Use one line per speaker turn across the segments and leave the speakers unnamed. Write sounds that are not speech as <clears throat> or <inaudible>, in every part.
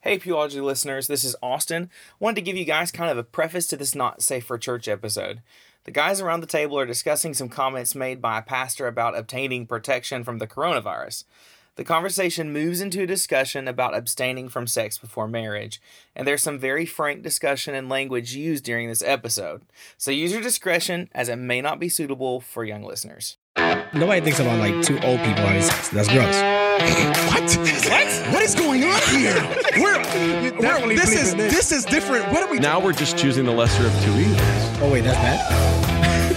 Hey, Pewology listeners, this is Austin. Wanted to give you guys kind of a preface to this Not Safe for Church episode. The guys around the table are discussing some comments made by a pastor about obtaining protection from the coronavirus. The conversation moves into a discussion about abstaining from sex before marriage, and there's some very frank discussion and language used during this episode. So use your discretion as it may not be suitable for young listeners.
Nobody thinks about like two old people having sex. That's
<laughs>
gross.
What? What? What is going on here? We're, we're this is this is different. What are we?
Now we're just choosing the lesser of two evils.
Oh wait, that's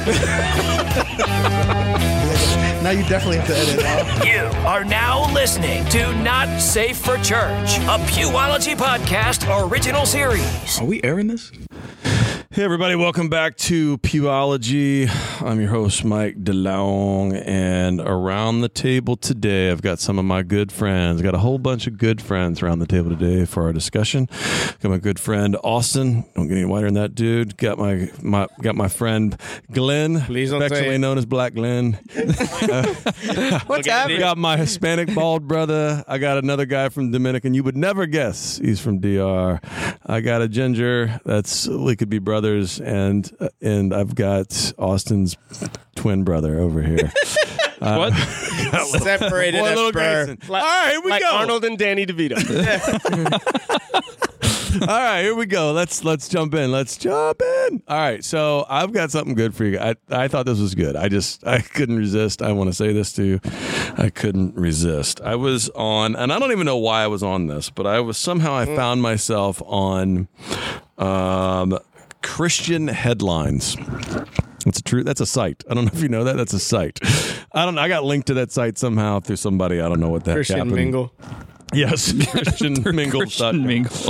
bad.
<laughs>
Now you definitely have to edit. out.
You are now listening to Not Safe for Church, a Pewology podcast original series.
Are we airing this?
Hey everybody, welcome back to Pewology. I'm your host Mike DeLong, and around the table today, I've got some of my good friends. got a whole bunch of good friends around the table today for our discussion. Got my good friend Austin. Don't get any whiter than that, dude. Got my my got my friend Glenn,
Please don't say
affectionately
it.
known as Black Glenn. What's happening? I got my Hispanic bald brother. I got another guy from Dominican. You would never guess he's from DR. I got a ginger. That's we could be brothers, and uh, and I've got Austin's twin brother
<laughs>
over here. Uh, <laughs>
separated
Boy,
at
little
birth.
Grayson. All right, here we
like
go.
Arnold and
<laughs>
Danny DeVito.
All right, here we go. Let's let's jump in. Let's jump in. All right, so I've got something good for you. I I thought this was good. I just I couldn't resist. I want to say this to you. I couldn't resist. I was on, and I don't even know why I was on this, but I was somehow I found myself on um, Christian headlines. That's a true. That's a site. I don't know if you know that. That's a site. I don't. know. I got linked to that site somehow through somebody. I don't know what that
Christian
happened.
Mingle.
<laughs> Yes, Christian Mingle. Christian Mingle.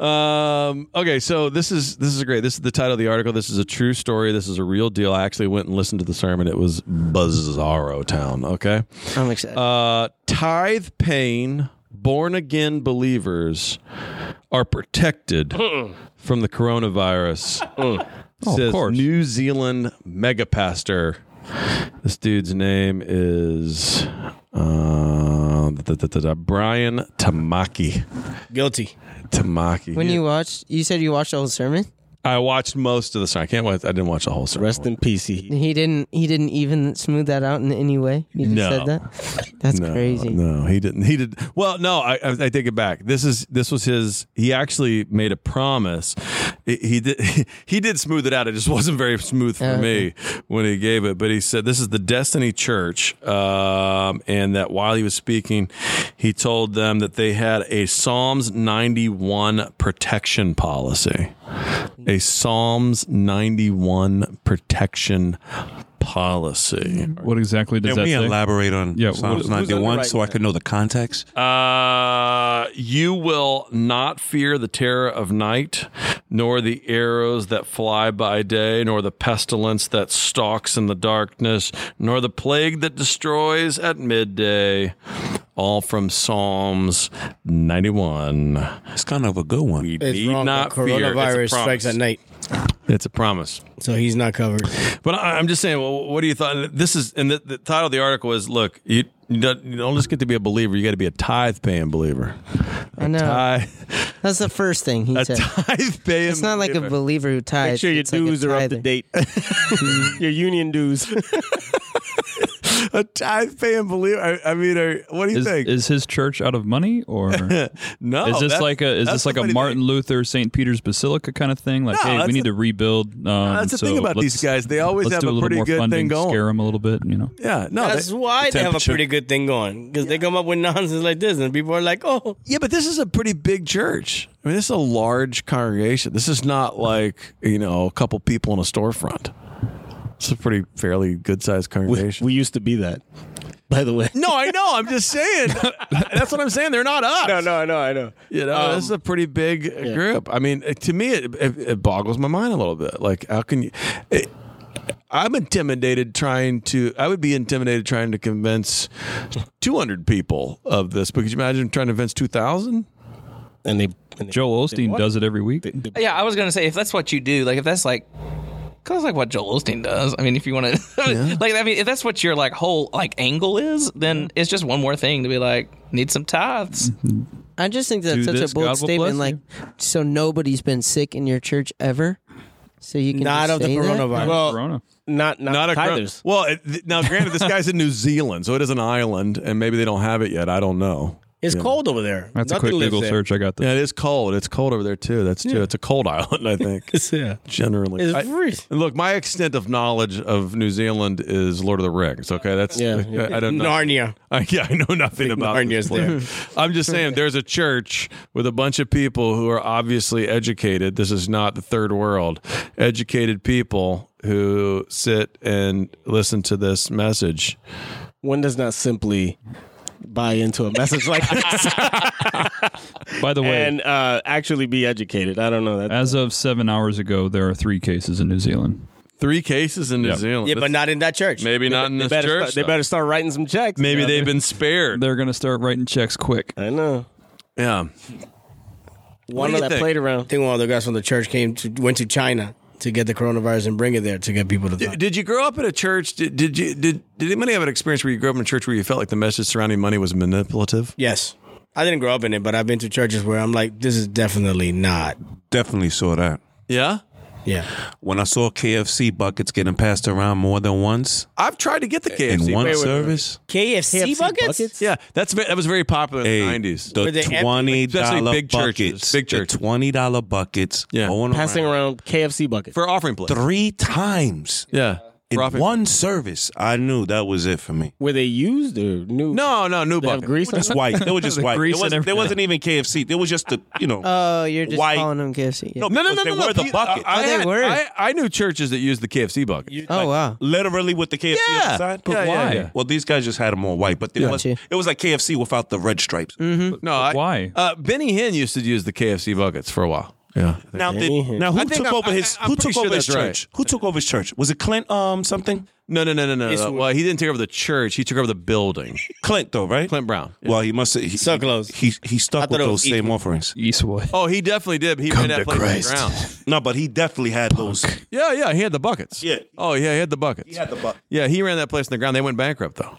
Um, okay, so this is this is great. This is the title of the article. This is a true story. This is a real deal. I actually went and listened to the sermon. It was Bizarro Town. Okay,
I'm excited.
uh, tithe paying born again believers are protected from the coronavirus.
Mm.
Oh,
says New Zealand mega pastor. This dude's name is uh, da- da- da- da- Brian Tamaki.
Guilty.
Tamaki.
when you watched, you said you watched the whole sermon.
I watched most of the sermon. I can't. Watch, I didn't watch the whole sermon.
Rest in peace. He.
He didn't. He didn't even smooth that out in any way. You just
No.
said that. That's
no,
crazy.
No, he didn't. He did. Well, no, I, I, I take it back. This is this was his. He actually made a promise. He, he did. <laughs> He, did smooth it out. It just wasn't very smooth for
Oh,
me when he gave it. But he said, "This is the Destiny Church," um, and that while he was speaking, he told them that they had a Psalms 91 protection policy. A Psalms 91 protection policy.
What exactly does
Can
that
we
say?
elaborate on
Yeah,
Psalms
who's
91 so I can know the context?
Uh, you will not fear the terror of night, nor the arrows that fly by day, nor the pestilence that stalks in the darkness, nor the plague that destroys at midday. All from Psalms 91.
It's kind of a good one.
We
It's
need
wrong.
not
but
fear.
Coronavirus
It's a
strikes
promise.
at night,
It's a promise.
so he's not covered.
But I, I'm just saying, well, what do you thought? This is, and the, the title of the article is look, you, you, don't, you don't just get to be a believer, you got to be a tithe paying believer.
I know.
Tithe.
That's the first thing he
a
said.
tithe paying.
It's not like a
believer.
believer who tithes.
Make sure your
it's like a
dues are up to
tither.
date. your union dues.
a tithe paying believer. I, I mean, are, what do you
Is,
think?
is his church out of
<laughs>
money, or is
no,
this
that's-
like a is
that's
this like a
somebody
Martin
that-
Luther St. Peter's Basilica kind of thing? Like,
No,
hey,
that's
we need
the-
to rebuild. Um,
that's the thing about these
let's-
guys. They always
let's
have a
do little
pretty
more
good
funding,
thing going.
Scare them a little bit, you know.
Yeah, no,
<laughs> That's
they-
why they have a
temperature-
pretty good thing going because they come up with nonsense like this, and people are like, "Oh,
yeah, but this is a pretty big church. I mean, this is a large congregation. This is not like you know a couple people in a storefront. It's a pretty fairly good sized congregation.
used to be that." By the way, <laughs>
no, I know. I'm just
<laughs>
saying. That's what I'm saying. They're not us.
no, no, no, I know.
You know, this is a pretty big uh, group. I mean, it- to me, it, it, it boggles my mind a little bit. Like, how can you? It, I'm intimidated trying to. I would be intimidated trying to convince 200 people of this. But could you imagine trying to convince 2,000?
And they, and they
Joel Osteen does it every week.
Yeah, I was gonna say if that's what you do, like if that's like, cause that's like what Joel Osteen does. I mean, if you want to, <laughs> like, I mean, if that's what your like whole like angle is, then it's just one more thing to be like, need some tithes.
I just think that's
Do
such
this,
a bold
God will
statement.
bless
Like, so nobody's been sick in your church ever, so you can
Not
just
of the
say that?
coronavirus.
Well,
Corona.
not not,
not a cro-
tithers.
well. It, th- now, granted, this guy's in New Zealand, so it is an island, and maybe they don't have it yet. I don't know.
It's cold over there.
That's
Nothing
a quick
lives
Google
there.
search. I got that.
Yeah, it is cold. It's cold over there too. That's true. It's a cold <laughs> island, I think.
It's, yeah.
generally,
It's
I-
freezing.
And Look, my extent of knowledge of New Zealand is Lord of the Rings. Okay, that's yeah. <laughs> I, I don't know.
Narnia.
I, yeah, I know <laughs> nothing about
Narnia's
this place. <laughs> I'm just saying, there's a church with a bunch of people who are obviously educated. This is not the third world. Educated people who sit and listen to this message.
One does not simply buy into a message
<laughs>
like this
By the way,
and uh, actually be educated. I don't know that.
Uh,
as of seven hours ago, there are three cases in New Zealand.
Three cases in New
Yeah.
Zealand.
yeah, but
That's-
not in that church.
maybe
They-
not in
they
this
better
church,
start- they
though.
better start writing some checks.
Maybe
Yeah,
they've been spared.
They're going to start writing checks quick.
I know.
Yeah.
One
do
of
you
that
think?
played around. I think one of the guys from the church came to went to China to get the coronavirus and bring it there to get people to.
D- Did you grow up in a church? Did, did you did did anybody have an experience where you grew up in a church where you felt like the message surrounding money was manipulative?
yes, I didn't grow up in it, but I've been to churches where I'm like, this is definitely not.
Definitely saw that.
Yeah,
Yeah,
When I saw KFC buckets getting passed around more than once
I've tried to get the KFC.
in one
bucket.
service,
KFC, buckets.
Yeah, that's ve- that was very popular in
hey,
the nineties.
Were they
the
empty?
twenty
Especially
dollar
big churches,
buckets,
big
the
churches.
twenty dollar buckets,
Yeah.
going
Passing
around
around KFC buckets.
for offering plate.
three times
yeah,
in
For offering-
one service. I knew that was it for me.
Were they used or new?
No, no, new
They have
bucket.
grease. on
Just
them?
white. They were just
The
white.
grease
There
and
wasn't, there
everything.
wasn't even KFC. There was just the you know.
Uh,
Oh, you're just
White.
calling them KFC. Yeah.
no,
No, no,
because
no,
They
no.
were
no.
the
You-
bucket.
I, I
Oh, they
had-
were.
I, I knew churches that used the KFC bucket.
oh wow.
literally with the KFC on
Yeah.
the side.
But Yeah, yeah, why? yeah.
Well, these guys just had them all white, but they was,
Gotcha.
it was like KFC without the red stripes.
no, I,
why?
Uh, Benny Hinn used to use the KFC buckets for a while. Yeah,
Now, did, now
I
who
think
took
I'm-
over
I-
his
I'm
who
pretty
took
sure
over his
that's right.
church? Who took over his church? Was it Clint um something?
no, no, no, no, no. no. Well, he didn't take over the church. He took over the building.
Clint though, right?
Clint Brown.
Well, he must he,
So close.
He he
I
stuck
thought
with
it
those
was
same
equal.
offerings.
Eastwood.
Oh, he definitely did. He ran that
to
place to the
Christ.
ground.
No, but he definitely had those.
Yeah, yeah, he had the buckets.
Yeah.
Oh, yeah, he had the buckets.
He had the buck.
yeah, he ran that place in the ground. They went bankrupt though.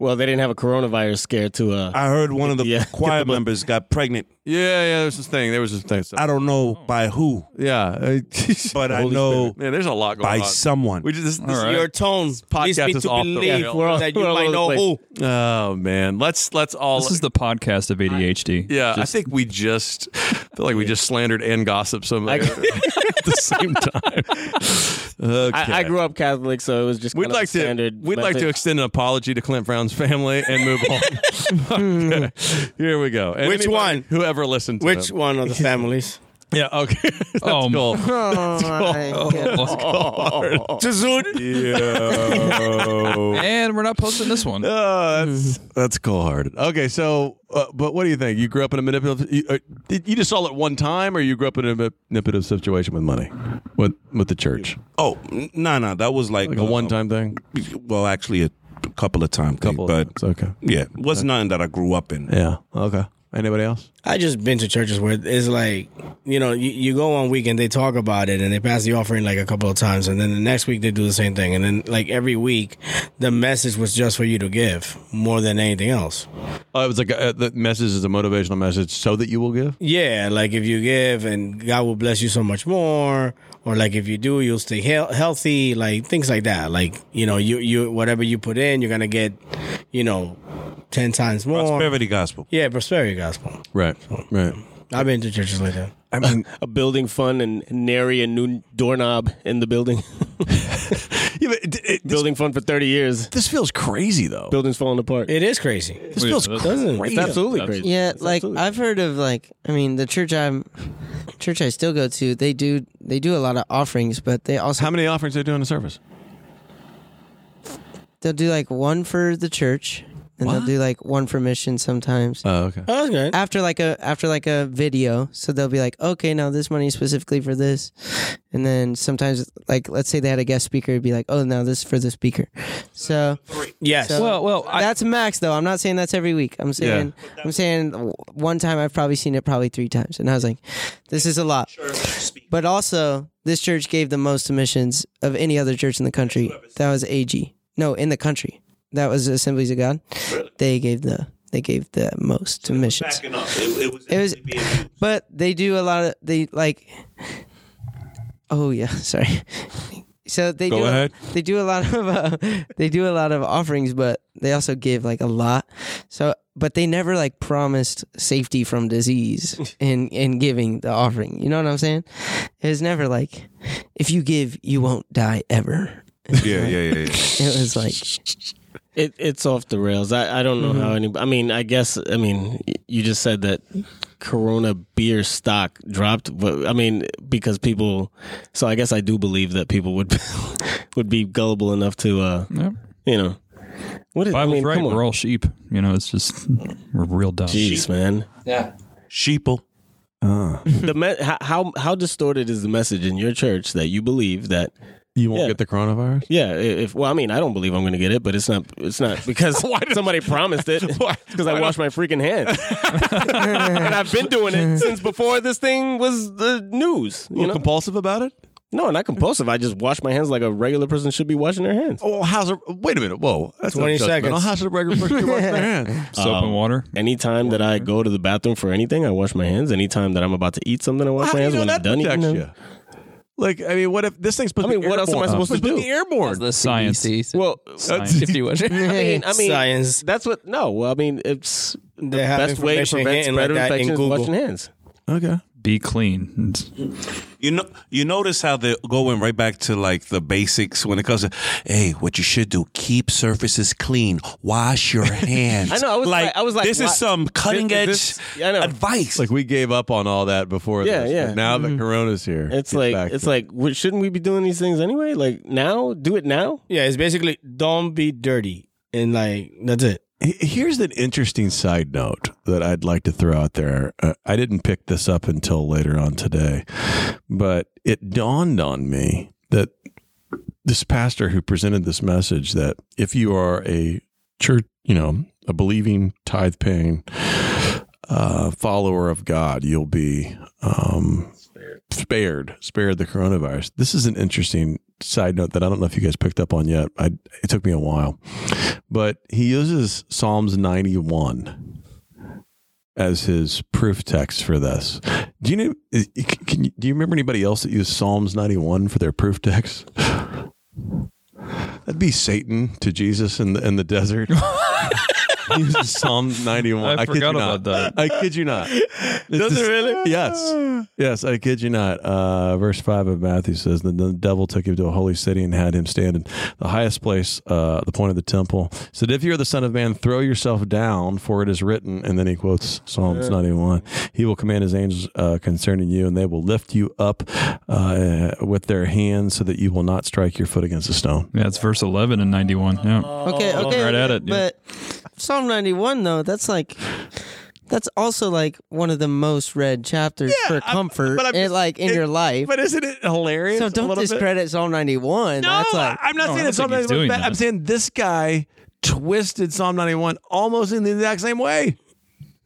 Well, they didn't have a coronavirus scare to. Uh,
I heard one of the
Yeah.
<laughs> choir members got pregnant.
Yeah, yeah. There's this thing. There was this thing. So,
I don't know
Hmm.
by who,
yeah, <laughs>
but I know
man, there's a lot going
Uh,
by
on.
someone.
We just this,
All right.
Your tone leads
podcast
me
is
to
off the
believe
rails.
we're all- that you we're all might over the know place. who.
oh man, let's let's all.
This is the podcast of ADHD.
yeah, I
Just-
think we just I feel like we just slandered and gossiped somebody <laughs> at the same time. Okay.
I, I grew up Catholic, so it was just.
We'd
kind of
like
a
to
standard
we'd like to
method.
extend an apology to Clint Brown's family and move
<laughs>
on. okay. Here we go. And
Which
anybody-
one?
Whoever listened to
Which
them.
one of the families?
Yeah, okay. <laughs> That's
Um,
Oh,
cool.
<laughs>
Oh, my God.
<laughs>
and we're not posting this one.
<laughs>
Oh, that's that's cool hearted. Okay, so uh, but what do you think? You grew up in a manipulative. You, uh, did- you just saw it one time, or you grew up in a manipulative situation with money, with with the church,
oh no, no, that was like,
like a
uh,
one time thing.
Well, actually, a couple of times.
Couple of
but
times, okay.
yeah, it was nothing that I grew up in.
Yeah. Okay. Anybody else?
I just been to churches where it's like, you know, you, you go one week and they talk about it and they pass the offering like a couple of times and then the next week they do the same thing and then like every week the message was just for you to give more than anything else.
Oh, it was like uh, the message is a motivational message, so that you will give.
Yeah, like if you give and God will bless you so much more, or like if you do, you'll stay heal- healthy, like things like that. Like you know, you you whatever you put in, you're gonna get, you know, ten times more.
Prosperity gospel.
Yeah, prosperity gospel.
Right. Right.
I've been to churches like that.
I
<laughs>
mean,
a building fund and nary a new doorknob in the building.
<laughs> yeah, but it- it- this,
building fund for 30 years.
this feels crazy though.
Building's falling apart.
It is crazy.
This feels
that's-
crazy.
It's absolutely crazy.
Yeah,
It's
like
absolutely-
I've heard of like I mean the church I'm church I still go to they do they do a lot of offerings but they also
How many offerings they do in a service?
they'll do like one for the church and they'll do like one for mission sometimes
Oh, okay.
Oh, that's good.
after like a after like a video so they'll be like okay now this money is specifically for this and then sometimes like let's say they had a guest speaker it'd be like oh now this is for the speaker so
Yes.
So-
well, well, I,
that's max though I'm not saying that's every week I'm saying I'm saying w- one time I've probably seen it probably three times and I was like this is a lot but also this church gave the most submissions of any other church in the country that was AG no in the country that was Assemblies of God they gave the They gave the most to missions.
Backing up. It, it was
It was, but they do a lot of they like. Oh yeah, <laughs> sorry. So they
Go
do
ahead.
they do a lot of uh, they do a lot of offerings, but they also give like a lot. So, but they never like promised safety from <laughs> disease in in giving the offering. You know what I'm saying? It was never like if you give, you won't die ever.
Yeah, yeah, yeah, yeah.
<laughs> It was like
It, it's off the rails. I, I don't know
Mhm.
how any. I mean, I guess. I mean, y- you just said that Corona beer stock dropped, but I mean, because people. So I guess I do believe that people would <laughs> would be gullible enough to, uh, you know, what is? I
Bible's
mean,
right.
come on.
We're all sheep. You know, it's just we're real dumb.
Jeez,
<laughs>
man.
Yeah.
sheeple. the me- how- how how distorted is the message in your church that you believe that
you won't get the coronavirus? <laughs>
Yeah, i- if well, I mean, I don't believe I'm going to get it, but it's not it's not
<laughs>
because somebody promised it. Because I washed my freaking
<laughs>
hands, and I've been doing it since before this thing was the news. You know?
compulsive about it?
No, not compulsive. I just wash my hands like a regular person should be washing their hands.
Oh, how's a wait a minute? Whoa, that's not
20
judgmental.
seconds.
How should a regular person wash their <laughs> hands?
Soap and
water. Anytime that I go to the bathroom for anything, I wash my hands. Anytime that I'm about to eat something, I wash
How
my
do you
hands.
know
when
that
I'm done eating
protects
them.
you? Like, I mean, what if this thing's supposed
I mean,
to be
what else am I
airborne?
supposed to
Supposed
do?
be airborne.
That's the science.
Well,
Science. if you wish.
I <laughs> mean, I mean,
Science.
That's what. No, well, I mean, it's the
They have
best way to
information
prevent
hinting like
spread of
that in
infection is
Google.
washing hands.
Okay.
Be clean.
You know, you notice how they're going right back to like the basics when it comes to, hey, what you should do: keep surfaces clean,
<laughs>
wash your hands.
I know. I was like, I was like,
this is
why-
some cutting edge.
This- I know.
advice.
Like we gave up on all that before.
Yeah,
this,
yeah. Mm-hmm.
But now that Corona's here,
It's like it's like w- shouldn't we be doing these things anyway? Like now, do it now.
Yeah, it's basically don't be dirty and like that's it.
He- Here's an interesting side note that I'd like to throw out there. Uh, I didn't pick this up until later on today, but it dawned on me that this pastor who presented this message that if you are a church, you know, a believing, tithe paying uh, follower of God, you'll be um, spared, spared the coronavirus. This is an interesting side note that I don't know if you guys picked up on yet. I, it took me a while, but he uses Psalms 91 as his proof text for this. Do you know? is- Can you, do you remember anybody else that used Psalms 91 for their proof text? That'd be Satan to Jesus in the in the desert. He uses Psalm 91. kid
I
you
forgot
not.
about that.
I kid you not. Does it really? Yes. Yes, I kid you not. Uh, verse 5 of Matthew says, Then the devil took him to a holy city and had him stand in the highest place, uh, the point of the temple. Said, If you're the Son of Man, throw yourself down, for it is written. And then he quotes Psalms
Yeah.
91. He will command his angels uh, concerning you, and they will lift you up uh, with their hands so that you will not strike your foot against a stone.
Yeah, it's verse eleven and ninety one. Yeah.
Okay,
Oh,
Looking
okay.
Right at it. yeah.
But Psalm 91 though, that's like that's also like one of the most read chapters for comfort
but I'm
and,
just-
like in
it-
your life.
but isn't it hilarious
So
a
don't
little bit?
discredit Psalm 91.
No,
that's like
I'm not saying it's Psalm 91 bad. I'm saying this guy twisted Psalm 91 almost in the exact same way.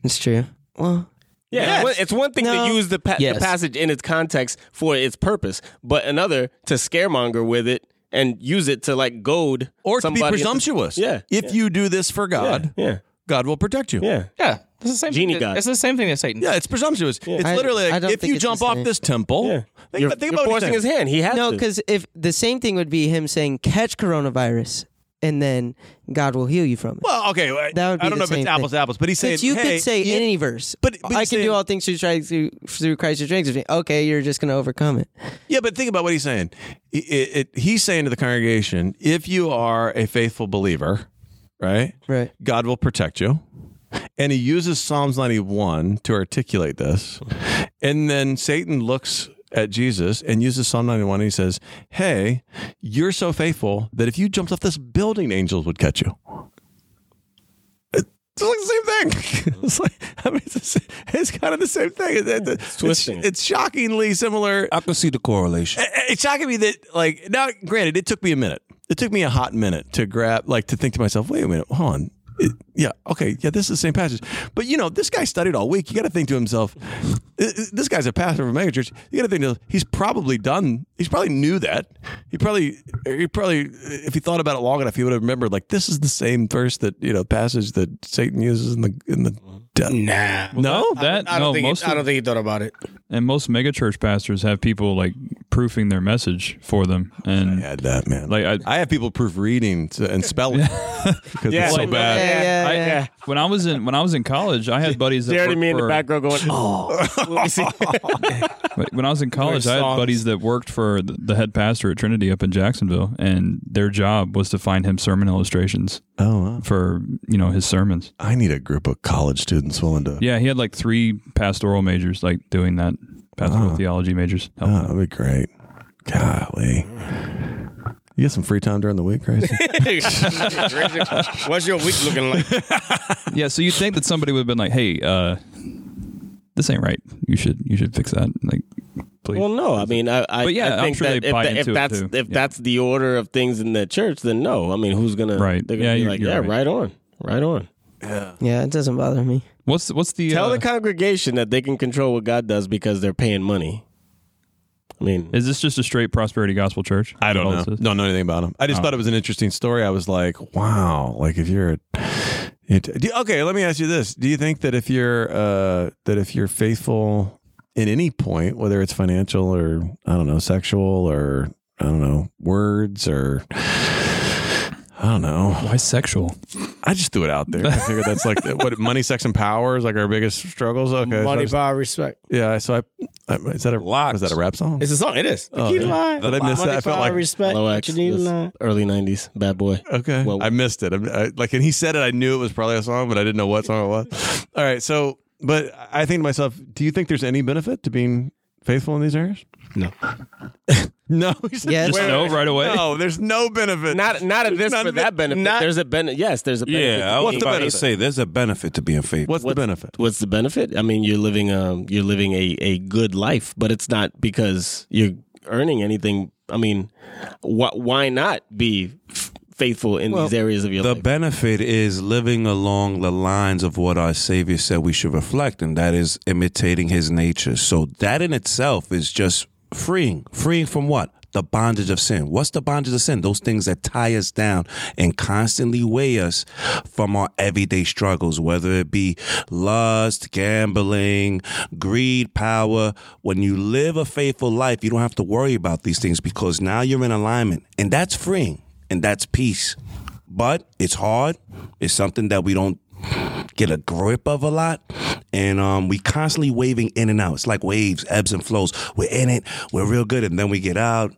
it's true. Well,
Yeah, it's one- it's one thing to use the, pa-
Yes.
the passage in its context for its purpose, but another to scaremonger with it and use it to like goad
Or to be
somebody at the-
presumptuous.
yeah,
If you do this for God,
yeah,
God will protect you.
Yeah.
Yeah, it's the same.
Genie
thing
God.
That, it's the same thing as Satan.
Yeah, it's presumptuous. It's
I-
literally
I
like,
don't
if
think
you
it's
jump
the
off
same.
this temple, think, about- think about what he said.
no, because if the same thing would be him saying catch coronavirus and then God will heal you from it.
Well, okay, well,
That would be
I don't
the
know if
same
it's apples
thing.
to apples, but he's saying
you
hey,
could say
yeah,
any verse,
but,
I can
he's saying-
do all things through Christ through, through Christ who strengthens me. Okay, you're just gonna overcome it.
Yeah, but think about what he's saying. It, it, it- he's saying to the congregation, if you are a faithful believer, right?
Right.
God will protect you. And he uses Psalms 91 to articulate this. And then Satan looks at Jesus and uses Psalm 91 and he says, Hey, you're so faithful that if you jumped off this building, angels would catch you. It's like the same thing. <laughs> It's like I mean, it's, the sa- it's kind of the same thing. It- it- It's,
twisting.
It's, shockingly similar.
I can see the correlation.
I- I- It's shocking me that like now. Granted, it took me a minute. It took me a hot minute to grab, like, to think to myself, "Wait a minute, hold on." yeah, okay, yeah, this is the same passage. But you know, this guy studied all week. You got to think to himself, this guy's a pastor of a megachurch. You got to think to himself, he's probably done. He's probably knew that. He probably, he probably, if he thought about it long enough, he would have remembered. Like this is the same verse that you know passage that Satan uses in the in the.
Nah,
no,
I-
that
I don't
no.
think he-
most
I don't think he thought about it.
And most megachurch pastors have people like proofing their message for them. And I
had that man.
Like I,
I have people proofreading to, and spelling because
<laughs> Yeah.
it's so
Like,
bad.
yeah, I- When I was in when I was in college, I had buddies that
Stared at
worked
me in the
for-
background going, oh. <laughs>
But when I was in college, I had
songs.
buddies that worked for the the head pastor at Trinity up in Jacksonville, and their job was to find him sermon illustrations.
Oh,
for you know his sermons.
I need a group of college students willing to.
Yeah, he had like three pastoral majors, like doing that pastoral
Oh.
theology majors.
Oh, that'd be great. Golly. You get some free time during the week, right? <laughs>
What's your week looking like?
yeah, so you'd think that somebody would have been like, "Hey, uh, this ain't right. You should you should fix that." Like, please.
Well, no, I mean, I, I,
But yeah,
I
I'm
think
sure
that
they
if,
buy
tha-
into
if
it,
that's
too.
if that's the order of things in the church, then no. I mean, who's gonna
Right.
They're gonna
Yeah,
be
you're-
like,
you're
yeah,
right.
right. on, right on.
Yeah,
yeah, it doesn't bother me.
What's what's the
tell
uh,
the congregation that they can control what God does because they're paying money. I mean,
is this just a straight prosperity gospel church? I
don't know. Don't know anything about him. I just
Oh.
thought it was an interesting story. I was like, wow. Like if you're, a, it, do- okay. Let me ask you this: Do you think that if you're uh, that if you're faithful in any point, whether it's financial or I don't know, sexual or I don't know, words or I don't know,
why sexual?
I just threw it out there. I figured that's like what money, sex, and power is like our biggest struggles. Okay, so I
Money,
was-
power, respect.
Yeah, so I, I is that a was that a rap song?
It's a song. It is.
Oh,
Keep
yeah.
lying.
Did I miss that? I felt like-
respect.
Loax,
What you need
this
lying.
early '90s, bad boy.
Okay,
Well,
I missed it. I, I, like, and he said it. I knew it was probably a song, but I didn't know what song it was. All right, so but I think to myself, do you think there's any benefit to being faithful in these areas?
No.
<laughs> no.
Yes.
Just no right away.
No, there's no benefit.
Not not at this
None
for
of
that
it-
benefit.
not-
there's a benefit. Yes, there's a benefit.
Yeah, I
to
was
being
about to
faithful.
say there's a benefit to being faithful.
What's the benefit?
What's the benefit? I mean, you're living um you're living a a good life, but it's not because you're earning anything. I mean, wh- why not be f- faithful in these areas of your
The
life?
benefit is living along the lines of what our Savior said we should reflect, and that is imitating His nature. So that in itself is just freeing. Freeing from what? The bondage of sin. What's the bondage of sin? Those things that tie us down and constantly weigh us from our everyday struggles, whether it be lust, gambling, greed, power. When you live a faithful life, you don't have to worry about these things because now you're in alignment, and that's freeing and that's peace but it's hard. It's something that we don't get a grip of a lot. And um, we constantly waving in and out. It's like waves, ebbs and flows. We're in it, we're real good, and then we get out,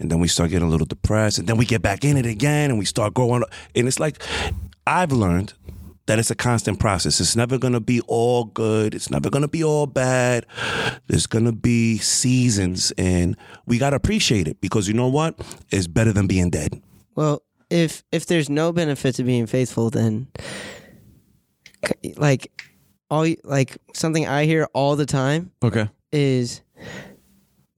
and then we start getting a little depressed, and then we get back in it again, and we start growing. up. And it's like I've learned that it's a constant process. It's never gonna be all good. It's never gonna be all bad. There's gonna be seasons, and we gotta appreciate it because you know what? It's better than being dead.
Well, if if there's no benefit to being faithful, then c- like all you- like something I hear all the time
Okay.
is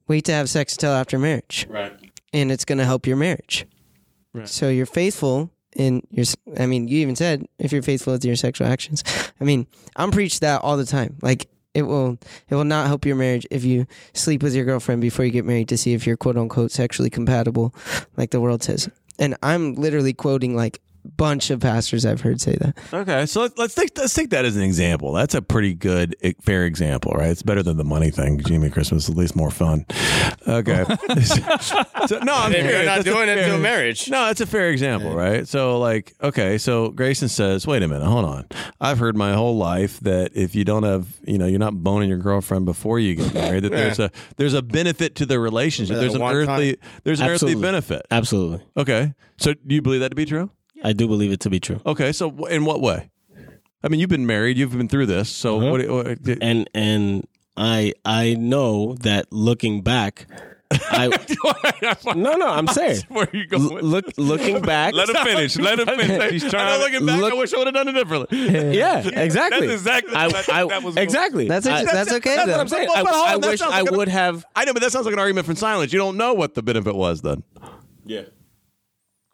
wait to have sex until after marriage,
Right.
and it's going to help your marriage.
Right.
So you're faithful in your. s- I mean, you even said if you're faithful with your sexual actions. I mean, I'm preached that all the time. Like it will it will not help your marriage if you sleep with your girlfriend before you get married to see if you're quote unquote sexually compatible, like the world says. And I'm literally quoting like bunch of pastors I've heard say that.
Okay, so let's let's take let's take that as an example. That's a pretty good e- fair example, right? It's better than the money thing. Jimmy Christmas at least more fun.
<laughs>
Okay, so, no, I'm
If you're not
serious. That's a
doing it
fair-
till marriage.
No, that's a fair example, right? So like, okay, so Grayson says, "Wait a minute, hold on. I've heard my whole life that if you don't have, you know, you're not boning your girlfriend before you get married, that there's
Yeah.
a there's a benefit to the relationship.
Uh,
There's an
one
earthly
time.
there's an
Absolutely.
earthly benefit.
Absolutely.
Okay, so do you believe that to be true?
I do believe it to be true.
Okay, so w- in what way? I mean, you've been married, you've been through this, so what, what? <laughs> did-
and and I I know that looking
<laughs>
back, I no no I'm saying
where you
going? look looking back.
<laughs>
Let him finish. Let him finish. He's trying- I know looking back, I wish
I would have done it <laughs> differently.
Yeah,
<laughs> That's
exactly.
exactly-
I,
that-
I,
that was-
exactly.
That's
I-
that's, okay.
That's
though.
what I'm saying.
I-
But hold on,
I
that
wish
sounds
I
like an-
would have-
I know, but that sounds like an argument from silence. You don't know what the benefit was then.
Yeah.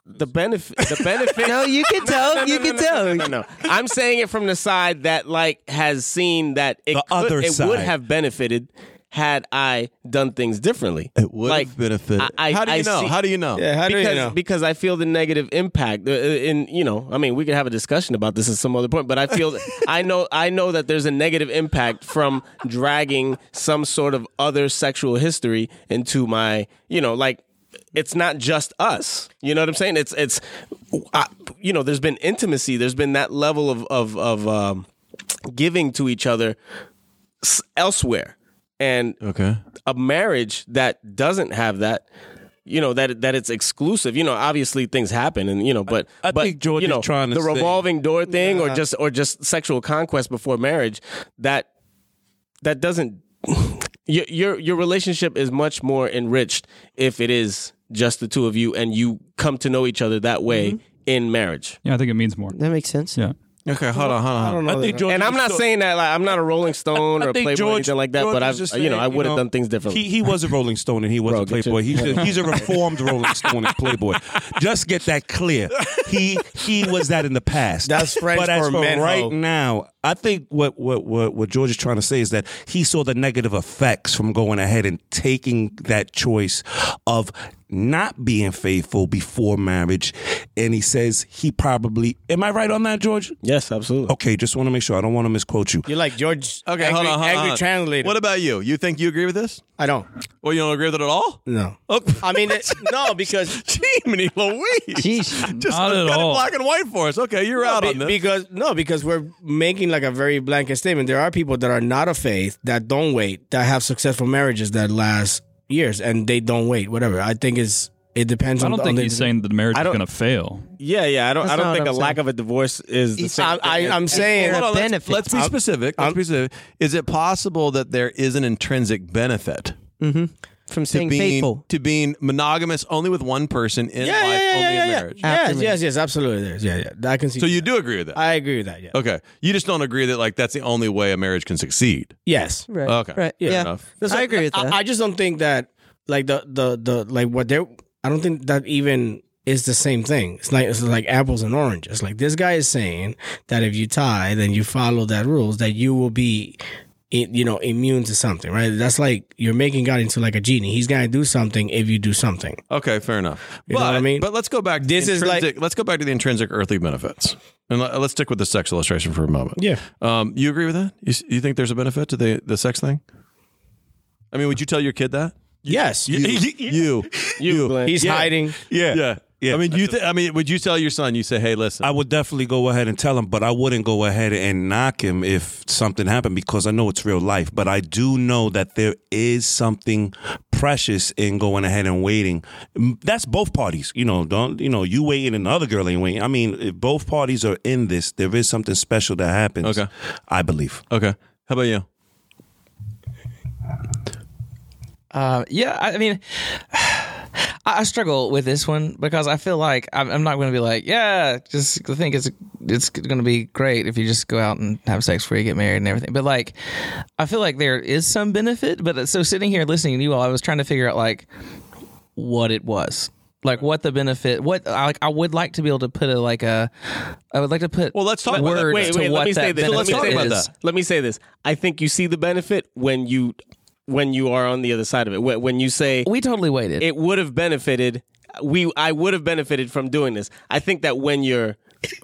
the benefit
<laughs>
the benefit
No, you
<laughs>
can tell. you can tell.
no, no, no. I'm saying it from the side that like has seen that it could-
other
it
side.
would have benefited had I done things differently. It
would have benefited. How do you know? How do you know? Yeah, how do you
because,
know?
Because I feel the negative impact. uh, uh, In you know, I mean, we could have a discussion about this at some other point, but I
<laughs>
feel I know I know that there's a negative impact from dragging some sort of other sexual history into my you know like it's not just us. You know what I'm saying? It's it's I, you know, there's been intimacy. There's been that level of of of um, giving to each other s- elsewhere, and
okay,
a marriage that doesn't have that. You know that that it's exclusive. You know, obviously things happen, and you know, but
I
but
think George
you
is
know,
trying to
the
say-
revolving door thing, or
Yeah.
just or just sexual conquest before marriage. That that doesn't <laughs> your, your your relationship is much more enriched if it is just the two of you and you come to know each other that way
Mm-hmm.
in marriage.
Yeah, I think it means more.
That makes sense.
Yeah.
Okay, hold on, hold on.
I think George and I'm not saying that like, I'm not a Rolling Stone or a
think
Playboy or
George-
anything like that,
George
but I've
was just
you know
saying,
I
you
would have
know,
done things differently. <laughs>
He, he was a Rolling Stone and he was
Bro,
a
get your-
Playboy. He's
<laughs>
a, he's a reformed Rolling Stone and Playboy. Just get that clear. He he was that in the past.
That's French
But as
for men,
right
ho.
now, I think what, what what what George is trying to say is that he saw the negative effects from going ahead and taking that choice of not being faithful before marriage, and he says he probably. Am I right on that, George?
Yes, absolutely.
Okay, just want to make sure I don't want to misquote you.
You're like George.
Okay,
angry,
hold on, hold on,
angry
hold on.
translator.
What about you? You think you agree with this?
I don't.
Well, you don't agree with it at all?
No.
Oh, <laughs>
I mean, it, no, because
Jiminy Louise.
<laughs>
<laughs>
Jeez.
Just
Not
got
at
it
all.
black and white for us. Okay, you're out
Be-
on this.
because no, because we're making like a very blanket statement. There are people that are not of faith that don't wait, that have successful marriages that last years, and they don't wait. Whatever. I think is it depends.
I
on
don't
the,
think
on
he's
the,
saying that the marriage
I
is
don't-
going to fail.
Yeah, yeah. I don't.
That's
I
not
don't think
what
a
I'm
lack
saying.
of a divorce is the same.
I, I, I'm saying
Hold on,
let's-
benefit.
Let's, be specific. Let's be specific. Is it possible that there is an intrinsic benefit
Mm-hmm. From
to
staying
being
faithful.
to being monogamous only with one person in
yeah,
life,
yeah,
only
yeah, yeah,
in
yeah.
marriage?
Yes,
After
yes, yes. Absolutely, there's. Yeah, yeah. I can see.
So you do Uh, agree with that?
I agree with that. Yeah.
okay, you just don't agree that like that's the only way a marriage can succeed.
Yes.
Right.
Okay.
Right.
Fair
Yeah.
enough.
I agree with that.
I, I just don't think that like the the the like what they're. I don't think that even is the same thing. It's like it's like apples and oranges. Like this guy is saying that if you tithe and you follow that rules, that you will be. i- you know, immune to something, right? That's like you're making God into like a genie. He's gonna do something if you do something.
Okay, fair enough.
You
but,
know what I mean?
But let's go back. To
This is like-
intrinsic- let's go back to the intrinsic earthly benefits, and let, us stick with the sex illustration for a moment.
Yeah.
Um, you agree with that? You, s- you think there's a benefit to the the sex thing? I mean, would you tell your kid that?
yes,
<laughs> You, you, you.
he's
Yeah.
hiding.
Yeah.
Yeah.
Yeah.
I mean, you. Th- I mean, would you tell your son? You say, "Hey, listen,
I would definitely go ahead and tell him, but I wouldn't go ahead and knock him if something happened because I know it's real life. But I do know that there is something precious in going ahead and waiting. M- That's both parties, you know. Don't you know? You waiting and the other girl ain't waiting. I mean, if both parties are in this, there is something special that happens.
Okay.
I believe.
okay." How about you?
Uh, yeah, I, I mean, <sighs> I, I struggle with this one because I feel like I'm, I'm not going to be like, yeah, just think it's it's going to be great if you just go out and have sex before you get married and everything. But like, I feel like there is some benefit. But uh, so sitting here listening to you all, I was trying to figure out like what it was. Like what the benefit? What I like? I would like to be able to put a like a. I would like to put.
Well, let's talk-
words
wait,
to what that benefit
Let me say
is.
this. Let me say this. I think you see the benefit when you when you are on the other side of it. When when you say
We totally waited.
it would have benefited we I would have benefited from doing this. I think that when you're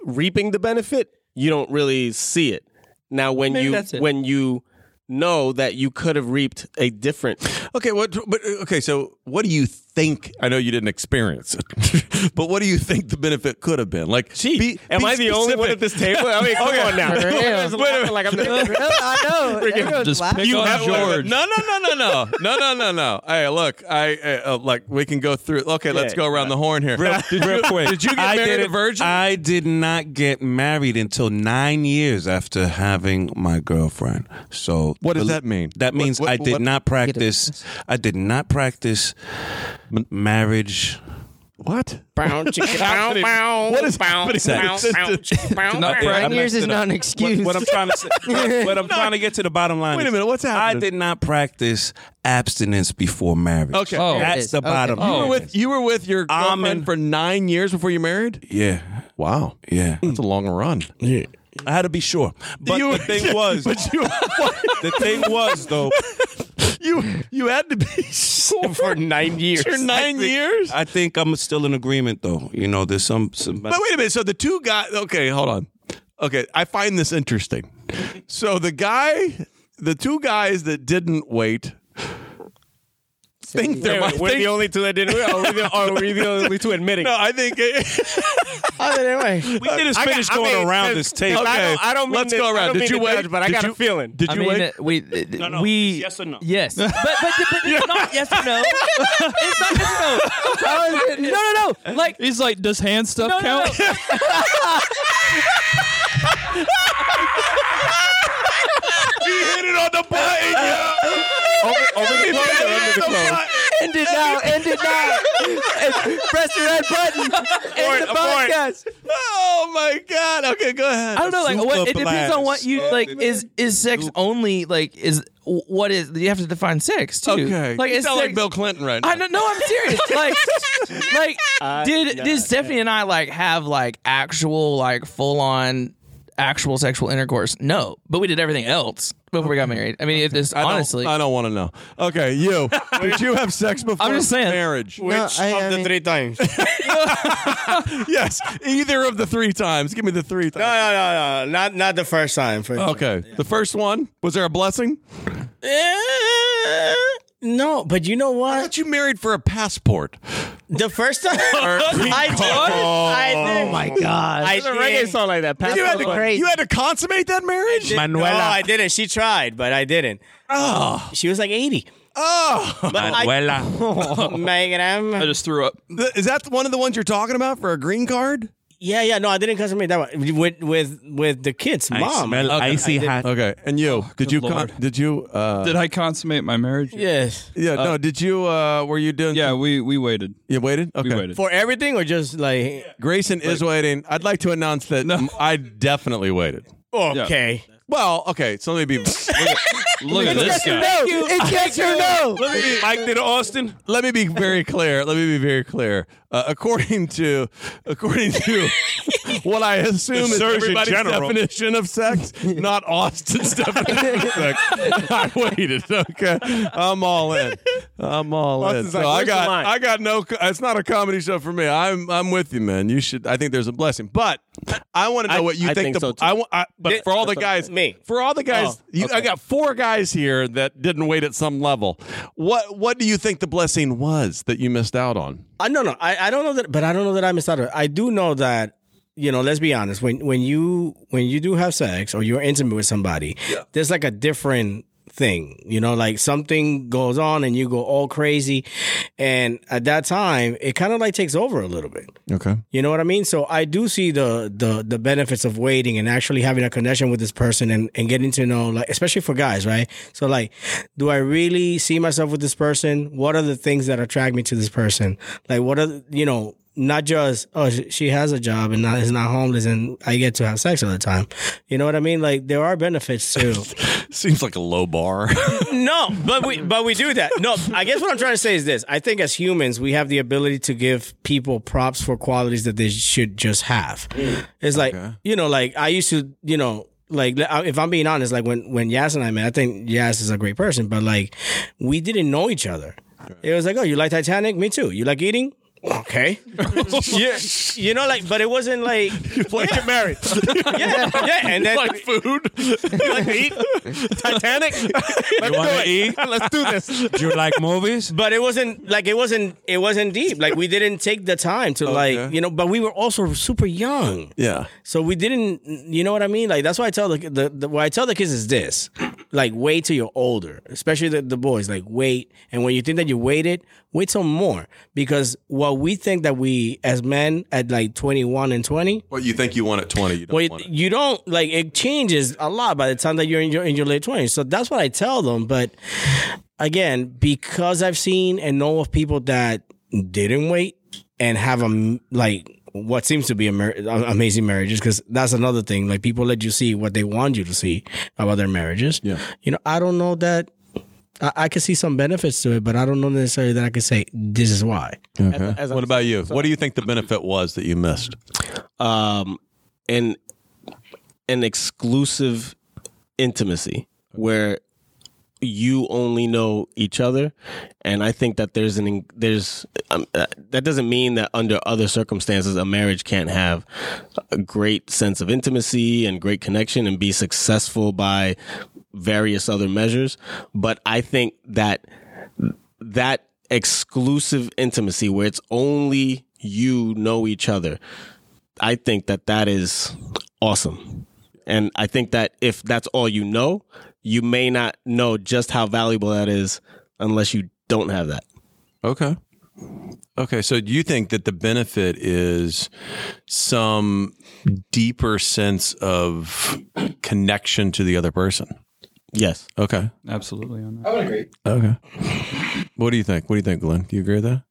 reaping the benefit, you don't really see it. Now when
Maybe
you
that's it.
when you know that you could have reaped a
<laughs>
different
Okay, what? But uh, okay, so what do you think? I know you didn't experience it, <laughs> but what do you think the benefit could have been? Like,
Gee, am I the only one at this table? I mean, come on
<laughs>
now. Like <laughs> I'm the-
<laughs> I know. Everyone's
Just
laughing.
pick on George.
No, no, no, no, no, no, no, no, no. Hey, look, I uh, uh, like we can go through. Okay, let's go around the horn here. <laughs>
Real,
did
real
you,
quick.
Did you get
I
married a
didn't-
virgin?
I did not get married until nine years after having my girlfriend. So
What does that mean?
That means
What- what-
I did
what-
not practice. I did not practice m- marriage
What? <laughs>
Bow, chicka, bow, bow,
What is
bow,
happening?
bow, bow, chicka, bow, bow. Nine years is not an excuse.
What, what I'm trying to say, what,
<laughs>
what I'm trying to get to the bottom line.
Wait a
is
minute, what's
I
happening?
did not practice abstinence before marriage.
Oh. Okay,
that's the bottom.
You were
line.
with you were with your girlfriend for nine years before you married.
Yeah.
Wow.
Yeah.
That's a long run.
Yeah. I had to be sure. But
You-
the <laughs> thing was,
but <laughs> you-
the thing was <laughs> though,
You you had <laughs> to be sure
for nine years.
For nine years.
I think I'm still in agreement though. You know, there's some. some
But wait a minute. So the two guys. Okay, hold on. Okay, I find this interesting. So the guy, the two guys that didn't wait. Think they're
Wait, wait, we're the only two that didn't. Are we the, are we the only two admitting?
No, I think <laughs>
anyway,
we did is
I got-
finish
I
going
mean,
around
it's-
this table.
I don't, I don't mean
Let's
to-
go
I
around.
don't
Did
mean
you
to
wait?
judge, but I
Did
got
you-
a feeling.
did
I
you
mean,
wait?
it-
We uh,
No, no,
we
yes or no?
Yes, but but, but it's not yes or <laughs> no. It's not <laughs> yes or no. No, no, no. Like
He's like, does hand stuff
no, no,
count?
no.
You hit it on the
<laughs>
button. yo. You hit it on the button.
End it now. End it now. Press the red button. End the podcast.
Oh my god. Okay, go ahead.
I don't know. Like
Super
what it depends on what
blast.
you like. Is is sex only like is what is you have to define sex too?
Okay.
like
you
is
sound
sex,
like Bill Clinton right now.
I don't know.
<laughs>
I'm serious. Like, like did did Stephanie and I like have like actual like full on actual sexual intercourse? No, but we did everything else before we got married. I mean, it is
I don't- uh,
honestly.
I don't want to know.
<laughs>
Okay, you. Did you have sex before
just saying.
marriage?
Which
No, I-
of
I
the
mean-
three times?
yes, either of the three times. Give me the three
No,
times.
no, no, no. Not not the first time. For
Okay, the first one was there a blessing?
Eh, no, but you know
I
what?
thought you married for a passport.
The <laughs> first time
<laughs>
I did. I did. Oh my god! I did.
song like that.
You had, to,
crazy.
you had to consummate that marriage.
No, oh, I didn't. She tried, but I didn't.
Oh,
She was like eighty.
oh,
But I, <laughs> my
<laughs> I
grandma.
just threw up.
Th- is that one of the ones you're talking about for a green card?
Yeah, yeah. No, I didn't consummate that one with with with the kids' mom.
icy hot.
Okay, and you did you con-
Oh, Lord.
did you uh,
Did I consummate my marriage?
Yes.
yeah no did you uh, were you doing
Yeah, we we waited.
you waited okay
We waited.
For everything or just like
Grayson is waiting. I'd like to announce that m- I definitely waited.
okay.
Well, okay, so let
<laughs>
me be
Look at this guy.
No, it's yes or no.
Mike did Austin.
let me
<laughs>
be very clear. Let me be very clear. Uh, according to
<laughs>
according to what I assume is
Surgeon
everybody's
General.
definition of sex, not Austin's <laughs> definition of sex. <laughs> I waited. Okay, I'm all in. I'm all in.
Austin's
So
like,
I
"Where's the
got
line?"
I got no. co- It's not a comedy show for me. I'm I'm with you, man. You should. I think there's a blessing, but I want to know
I-
what you
I think
think. the,
so, too.
I want. I, but
Th-
for all the
that's
guys,
me. Oh,
For all the guys, you, I got four guys here that didn't wait at some level. What What do you think the blessing was that you missed out on?
I Uh, no no. I, I don't know that, but I don't know that I missed out. on it. I do know that you know. Let's be honest. When when you when you do have sex or you're intimate with somebody, there's like a different thing. You know, like something goes on and you go all crazy, and at that time, it kind of like takes over a little bit.
Okay.
You know what I mean? So I do see the the the benefits of waiting and actually having a connection with this person and, and getting to know like especially for guys, right? So like, do I really see myself with this person? What are the things that attract me to this person? Like what are the- you know, not just oh sh- she has a job and not, is not homeless and I get to have sex all the time. You know what I mean? Like there are benefits too.
Seems like a low bar.
No, but we but we do that. No, I guess what I'm trying to say is this. I think as humans, we have the ability to give people props for qualities that they should just have. It's like you know, like I used to, you know, like I- if I'm being honest, like when when Yas and I met, I think Yas is a great person, but like we didn't know each other. It was like, oh, you like Titanic? Me too. You like eating? <laughs> Okay. yeah, you know, like, but it wasn't like <laughs> you like get married. yeah, yeah, and then like food, like to eat <laughs> Titanic.
You want to
<laughs>
eat? Let's do this. Do you like movies?
But it wasn't like it wasn't it wasn't deep. Like we didn't take the time to like
Okay.
you know. But we were also super young,
yeah.
so we didn't. You know what I mean? Like that's why I tell the the, the what I tell the kids is this: like wait till you're older, especially the, the boys. Like wait, and when you think that you waited, wait some more because what we think that we as men at like 21 and 20.
What you think you want at twenty? You don't
Well, you,
want it.
you don't like it changes a lot by the time that you're in your in your late twenties. So that's what I tell them. But again, because I've seen and know of people that didn't wait,
and have a m- like what seems to be a mar- a- amazing marriages because that's another thing like people let you see what they want you to see about their marriages yeah you know i don't know that i, I could see some benefits to it but i don't know necessarily that i could say this is why
Okay. what about you? What do you think the benefit was that you missed?
um, an an exclusive intimacy where you only know each other, and I think that there's an there's um, uh, that doesn't mean that under other circumstances a marriage can't have a great sense of intimacy and great connection and be successful by various other measures, but I think that that exclusive intimacy where it's only you know each other i think that that is awesome and i think that if that's all you know you may not know just how valuable that is unless you don't have that
okay Okay, so do you think that the benefit is some deeper sense of connection to the other person?
Yes.
Okay.
Absolutely on that.
I would agree.
Okay. What do you think? What do you think, Glenn? Do you agree with that?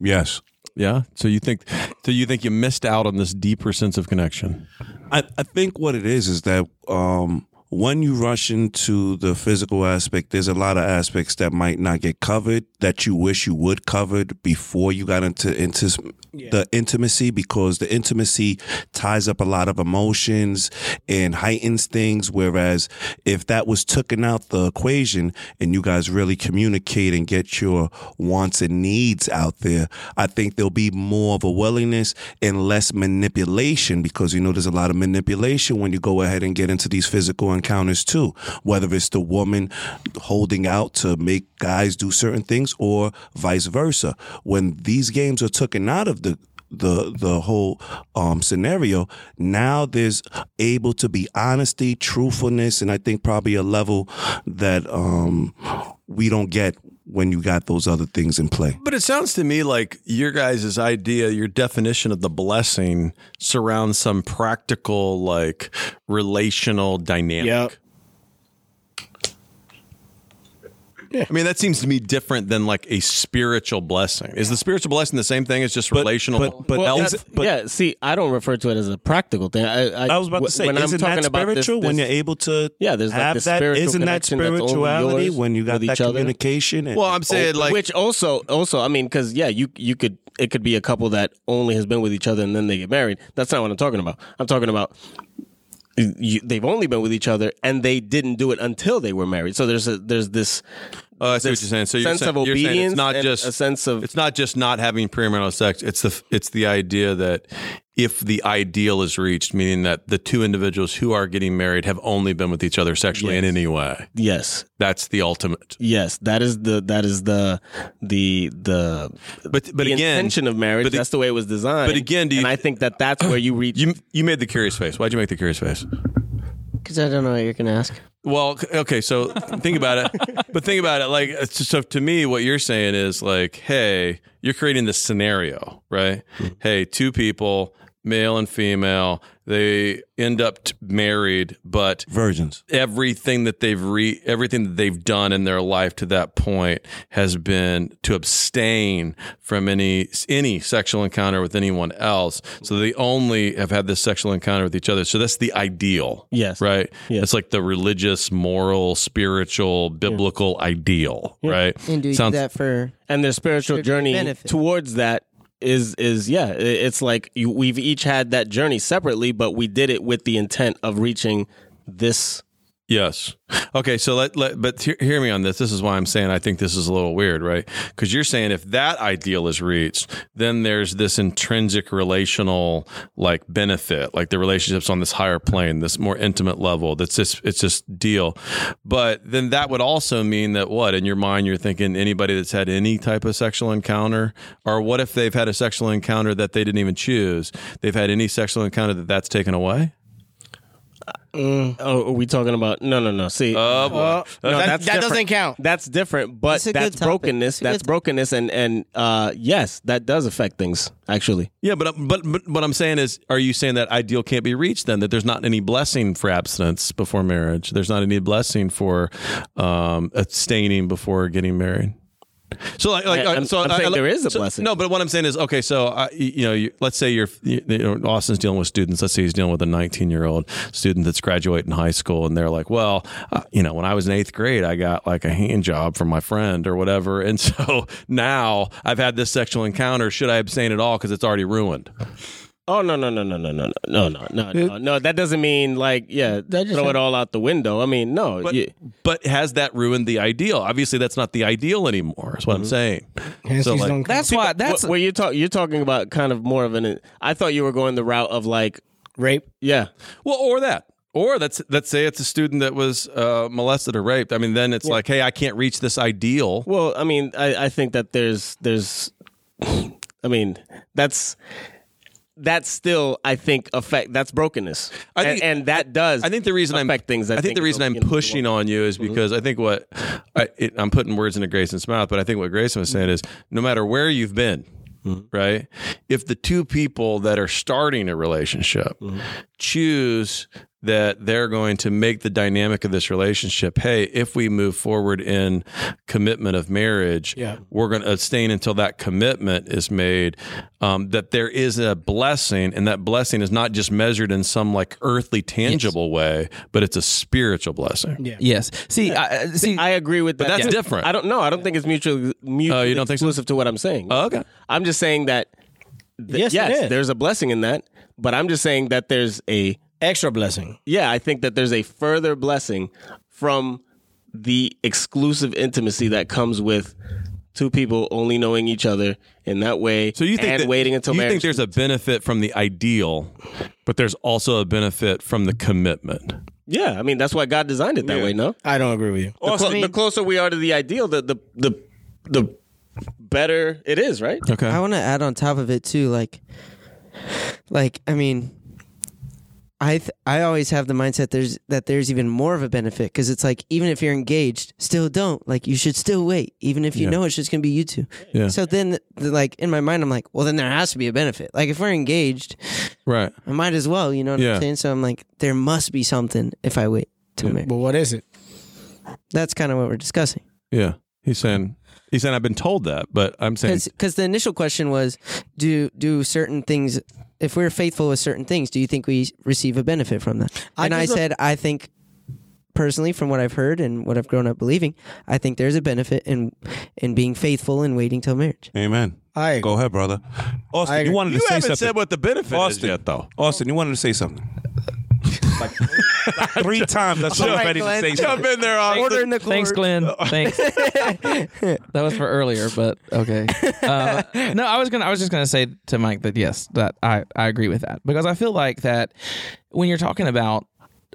Yes.
Yeah. So you think so you think you missed out on this deeper sense of connection?
I, I think what it is is that um, when you rush into the physical aspect, there's a lot of aspects that might not get covered that you wish you would covered before you got into into the intimacy because the intimacy ties up a lot of emotions and heightens things. Whereas if that was taken out the equation and you guys really communicate and get your wants and needs out there, I think there'll be more of a willingness and less manipulation because you know there's a lot of manipulation when you go ahead and get into these physical encounters too, whether it's the woman holding out to make guys do certain things or vice versa. When these games are taken out of the the the whole um, scenario. Now there's able to be honesty, truthfulness, and I think probably a level that um, we don't get when you got those other things in play.
But it sounds to me like your guys' idea, your definition of the blessing surrounds some practical, like relational dynamic. I mean, that seems to me different than like a spiritual blessing. Is the spiritual blessing the same thing as just relational
Well,
health?
that's- yeah see i don't refer to it as a practical thing i, I,
I was about to
say,
when i'm
isn't
talking
that
about this-
spiritual when
this-
you're able to
yeah there's like
have
this
that-
spiritual
isn't that
connection that's only
spirituality
yours
when you got
with
that
each other?
communication and- Well, I'm saying, like-
which also also i mean because yeah you you could it could be a couple that only has been with each other and then they get married that's not what i'm talking about i'm talking about you, they've only been with each other and they didn't do it until they were married so there's a there's this
Oh, I see what
this
you're saying. So you're
sense
saying,
of
you're saying
obedience
it's not
and
just
a sense of
it's not just not having premarital sex. It's the it's the idea that if the ideal is reached, meaning that the two individuals who are getting married have only been with each other sexually in any way.
Yes,
that's the ultimate.
Yes, that is the that is the the the
but but again,
intention of marriage.
but it-
that's the way it was designed.
but again, do you,
and I think that that's where you reach.
You you made the curious face. Why'd you make the curious face?
Because I don't know what you're gonna ask.
Well, c- okay, so think about it. But think about it like it's just- so to me what you're saying is like, hey, you're creating this scenario, right? Hey, two people, male and female, they end up t- married, but
virgins.
Everything that they've re everything that they've done in their life to that point has been to abstain from any any sexual encounter with anyone else. So they only have had this sexual encounter with each other. So that's the ideal.
Yes.
Right. It's like the religious, moral, spiritual, biblical ideal. Right.
And do you
Sounds-
do that for?
and their spiritual journey
benefit.
towards that is is yeah i- it's like you, we've each had that journey separately but we did it with the intent of reaching this
Yes. Okay. So let, let but hear, hear me on this. This is why I'm saying I think this is a little weird, right? Because you're saying if that ideal is reached, then there's this intrinsic relational like benefit, like the relationships on this higher plane, this more intimate level. That's just it's just deal. But then that would also mean that what in your mind you're thinking anybody that's had any type of sexual encounter, or what if they've had a sexual encounter that they didn't even choose? They've had any sexual encounter that that's taken away.
Oh, are we talking about? No, no, no. See, Uh,
oh, boy.
no, that's
That- that
different.
doesn't
count. That's different, but
It's a good
that's
topic.
brokenness.
It's a
That's
good-
brokenness, and and uh, yes, that does affect things actually.
Yeah, but uh, but but what I'm saying is, are you saying that ideal can't be reached then? That there's not any blessing for abstinence before marriage. There's not any blessing for um, abstaining before getting married. So like, like
I- I'm-
so
I'm
I-
saying
I-
there is a
so-
blessing.
no, but what I'm saying is, okay, so I, you know, you, let's say you're, you, you know, Austin's dealing with students. Let's say he's dealing with a 19 year old student that's graduating high school, and they're like, well, uh, you know, when I was in eighth grade, I got like a hand job from my friend or whatever, <laughs> and so now I've had this sexual encounter. Should I abstain at all because it's already ruined?
Oh no no no no no no no no no no no! That doesn't mean like yeah, throw it all out the window. I mean no,
But,
you-
but has that ruined the ideal? Obviously, that's not the ideal anymore. Is what
Mm-hmm.
I'm saying. So, like-
That's why. That's
where you talk. You're talking about kind of more of an. I thought you were going the route of like
rape.
Yeah.
Well, or that, or that's let's say it's a student that was uh, molested or raped. I mean, then it's like, hey, I can't reach this ideal.
Well, I mean, I, I think that there's there's, <sighs> I mean, that's that's still I think affect that's brokenness.
I
I
think-
think, and, that does.
I think the reason I'm
affect things. I,
I, think, the reason I'm pushing on you
Mm-hmm.
is because I think what I, it, I'm putting words into Grayson's mouth, but I think what Grayson was saying is, no matter where you've been.
Mm-hmm.
Right. If the two people that are starting a relationship
Mm-hmm.
choose that they're going to make the dynamic of this relationship, hey, if we move forward in commitment of marriage,
Yeah.
we're going to abstain until that commitment is made. Um, that there is a blessing, and that blessing is not just measured in some like earthly, tangible way, but it's a spiritual blessing.
Yeah.
Yes. See, I, see,
I agree with that.
But that's
yeah.
different. Oh,
I don't know. I don't think it's mutually mutually exclusive to what I'm saying.
okay.
I'm just saying that. th-
Yes, it is.
there's a blessing in that, but I'm just saying that there's a
extra blessing.
Yeah, I think that there's a further blessing from the exclusive intimacy that comes with two people only knowing each other in that way.
So you think
and
that-
waiting until
you
marriage?
think there's a benefit from the ideal, but there's also a benefit from the commitment.
yeah, I mean that's why God designed it that way. No,
I don't agree with you.
the, clo- the closer we are to the ideal, the the the, the better it is, right?
Okay.
I want to add on top of it too, like, like I mean, I th- I always have the mindset there's that there's even more of a benefit because it's like even if you're engaged, still don't like you should still wait even if you
Yeah.
know it's just gonna be you two.
Yeah.
So then, the, like in my mind, I'm like, well, then there has to be a benefit. Like if we're engaged,
Right.
I might as well. You know what
Yeah.
I'm saying? So I'm like, there must be something if I wait till marriage.
But what is it?
That's kind of what we're discussing.
Yeah. He's saying he's saying I've been told that, but I'm saying
because the initial question was do do certain things if we're faithful with certain things do you think we receive a benefit from that
I
and i
just don't-
said i think personally from what i've heard and what i've grown up believing i think there's a benefit in in being faithful and waiting till marriage
Amen.
I
Go ahead, brother.
I
Austin, you
agree.
wanted to
You
say
haven't
something.
said what the benefit
Austin,
is yet, though.
Austin, you wanted to
<laughs>
say something. like, three times. That's
All
what I'm
right,
ready to
Glenn,
say.
jump
something.
in there, Austin.
order in the court
Thanks, Glenn.
<laughs>
Thanks. that was for earlier, but okay. Uh, no, I was gonna. I was just gonna say to Mike that yes, that I I agree with that because I feel like that when you're talking about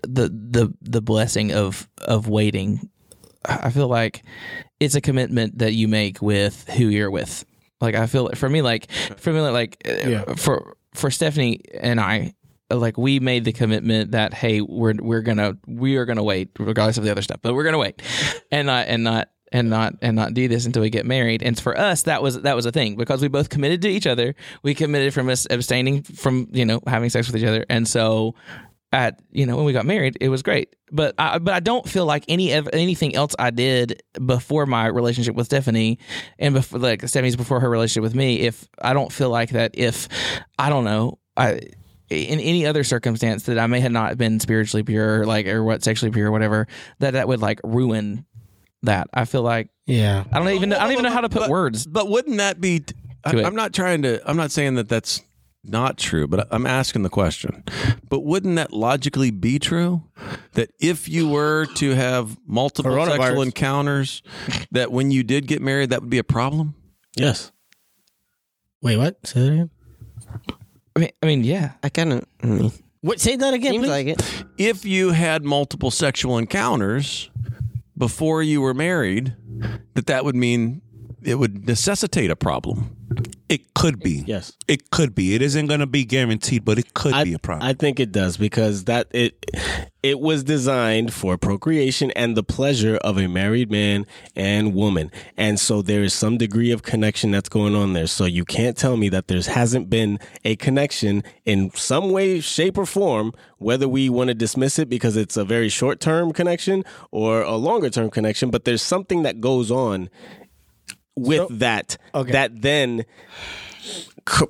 the the the blessing of of waiting, I feel like it's a commitment that you make with who you're with. Like I feel for me, like for me, like uh, for for Stephanie and I, like we made the commitment that hey we're we're gonna we are gonna wait regardless of the other stuff but we're gonna wait and not and not and not and not do this until we get married and for us that was that was a thing because we both committed to each other we committed from us abstaining from you know having sex with each other and so at you know when we got married it was great but i but i don't feel like any of anything else i did before my relationship with stephanie and before like stephanie's before her relationship with me if i don't feel like that if i don't know i in any other circumstance that I may have not been spiritually pure, like or what sexually pure, or whatever, that that would like ruin that. I feel like
Yeah.
I don't even I don't even know how to put words.
But wouldn't that be? I,
To it.
I'm not trying to. I'm not saying that that's not true, but I'm asking the question. But wouldn't that logically be true that if you were to have multiple
Coronavirus.
sexual encounters, that when you did get married, that would be a problem?
Yes.
Wait, what? Say that again.
I mean, I mean, yeah.
i kind of mm,
What? Say that again.
seems
please.
like it
If you had multiple sexual encounters before you were married, that that would mean it would necessitate a problem.
It could be.
Yes.
It could be. It isn't going to be guaranteed, but it could
I,
be a problem.
I think it does because that it it was designed for procreation and the pleasure of a married man and woman. And so there is some degree of connection that's going on there. So you can't tell me that there hasn't been a connection in some way, shape, or form, whether we want to dismiss it because it's a very short term connection or a longer term connection, but there's something that goes on with that that then co-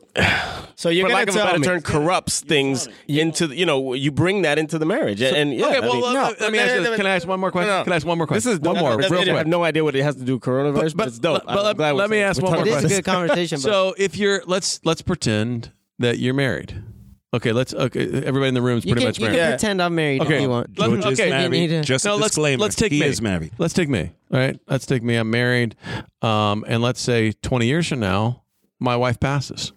so you're
for
gonna
lack of a
tell
better
me-
term corrupts things into the, you know you bring that into the marriage and, and yeah
okay, well,
I mean,
let- let- let me ask you this. Can I ask one more question? Can I ask one more question?
this is
One more,
I,
real
I
quick.
have no idea what it has to do with coronavirus but, it's dope
But let, let me ask one more question. so if you're let's let's pretend that you're married. Okay, let's okay. Everybody in the room is
You
pretty
can-
much
you
married.
can pretend I'm married if
okay.
you want.
Let-
George is
okay.
married. You need to- Just a
no, let's
disclaimer,
let's take
he
me.
is married.
Let's take me. All right, let's take me. I'm married, um, and let's say 20 years from now, my wife passes.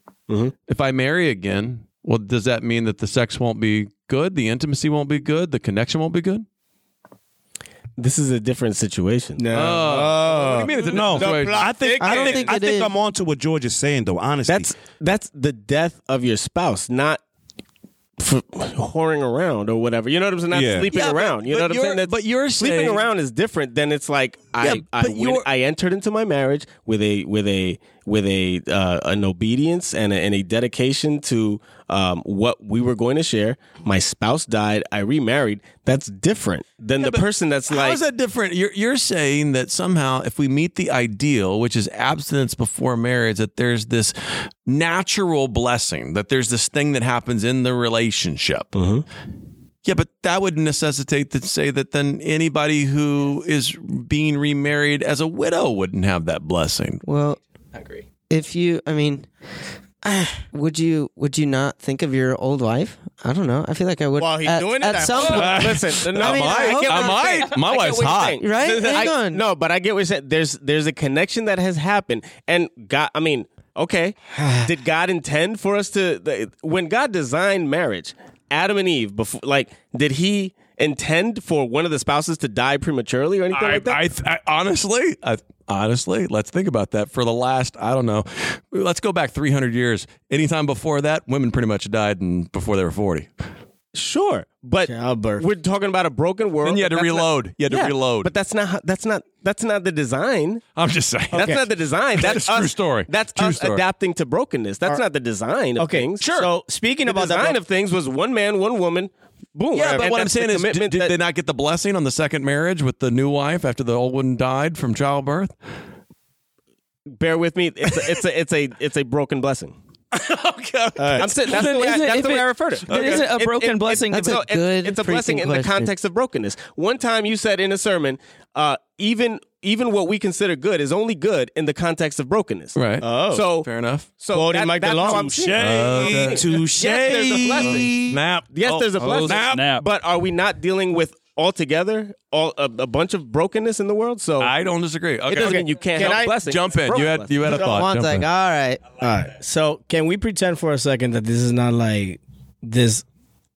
If I marry again, well, does that mean that the sex won't be good? The intimacy won't be good. The connection won't be good.
this is a different situation
No. Oh. What do you mean it's a
Uh, no,
different situation?
I think I,
I don't
think,
think
I
it
think
is.
I'm onto what George is saying though. Honestly,
that's that's the death of your spouse not f- whoring around or whatever you know what i'm saying not
Yeah.
sleeping
Yeah, but-
around you
but
know what i'm
you're-
saying That's-
but you're
sleeping
saying-
around is different than it's like
Yeah,
i I,
but
went-
you're-
I entered into my marriage with a with a with a uh, an obedience and a, and a dedication to um, what we were going to share my spouse died i remarried that's different than the person that's
How
like
is that different? You're, you're saying that somehow, if we meet the ideal, which is abstinence before marriage, that there's this natural blessing, that there's this thing that happens in the relationship. Yeah, but that would necessitate to say that then anybody who is being remarried as a widow wouldn't have that blessing.
Well, I agree. If you, I mean, <sighs> would you would you not think of your old wife? I don't know. I feel like I would.
While he's
at,
doing it,
at
I
<laughs> some
hope.
point.
Listen, no,
I mean, I hope
get
not.
what you're saying.
My
I get
wife's
what you're
hot.
saying.
Right?
Oh, Th- th-
Hang
I-
on.
No, but I get what you're saying. There's there's a connection that has happened, and God. I mean,
<sighs>
okay, did God intend for us to th- when God designed marriage, Adam and Eve before? Like, did He intend for one of the spouses to die prematurely or anything
I,
like that?
I, I honestly, I, honestly, let's think about that. For the last, I don't know, let's go back 300 years. Anytime before that, women pretty much died and before they were 40.
Sure, but we're talking about a broken world.
Then you had to
but that's not-
reload. You had to
Yeah,
reload.
But that's not how- that's not that's not the design.
I'm just saying.
That's
Okay.
not the design.
That
That's
is true
us-
story.
That's
True
us
story.
adapting to brokenness. That's not the design of
Okay,
things.
sure.
So
Speaking
the
about that
design
bro-
of things was one man, one woman. Boom.
Yeah, but
And
what I'm
that's the
saying is, did,
commitment
did
that-
they not get the blessing on the second marriage with the new wife after the old one died from childbirth?
bear with me. It's a, it's a it's a it's a broken blessing.
okay.
I'm saying that's
Then
the way, I,
isn't-
that's
if
the way
it-
I refer to.
then isn't a broken blessing
It's,
the-
no,
That's a good
it's a blessing
freaking
in the
question.
context of brokenness. One time you said in a sermon, uh, even even what we consider good is only good in the context of brokenness.
Right.
Oh, so
Fair enough.
so
Quoting
that,
Mike
that's
DeLong.
how I'm
touche,
Okay.
touche.
Yes, there's a blessing.
Snap.
Yes,
Oh,
there's a
oh,
blessing.
snap.
But are we not dealing with altogether all a, a bunch of brokenness in the world? So
I don't disagree. Okay.
it doesn't
Okay.
mean you can't
Can
help
I-
blessing.
Jump
It's
in.
broken
You had
blessing.
you had a thought.
Juan's
Jump
like, all
in.
right.
All right. So can we pretend for a second that this is not like this,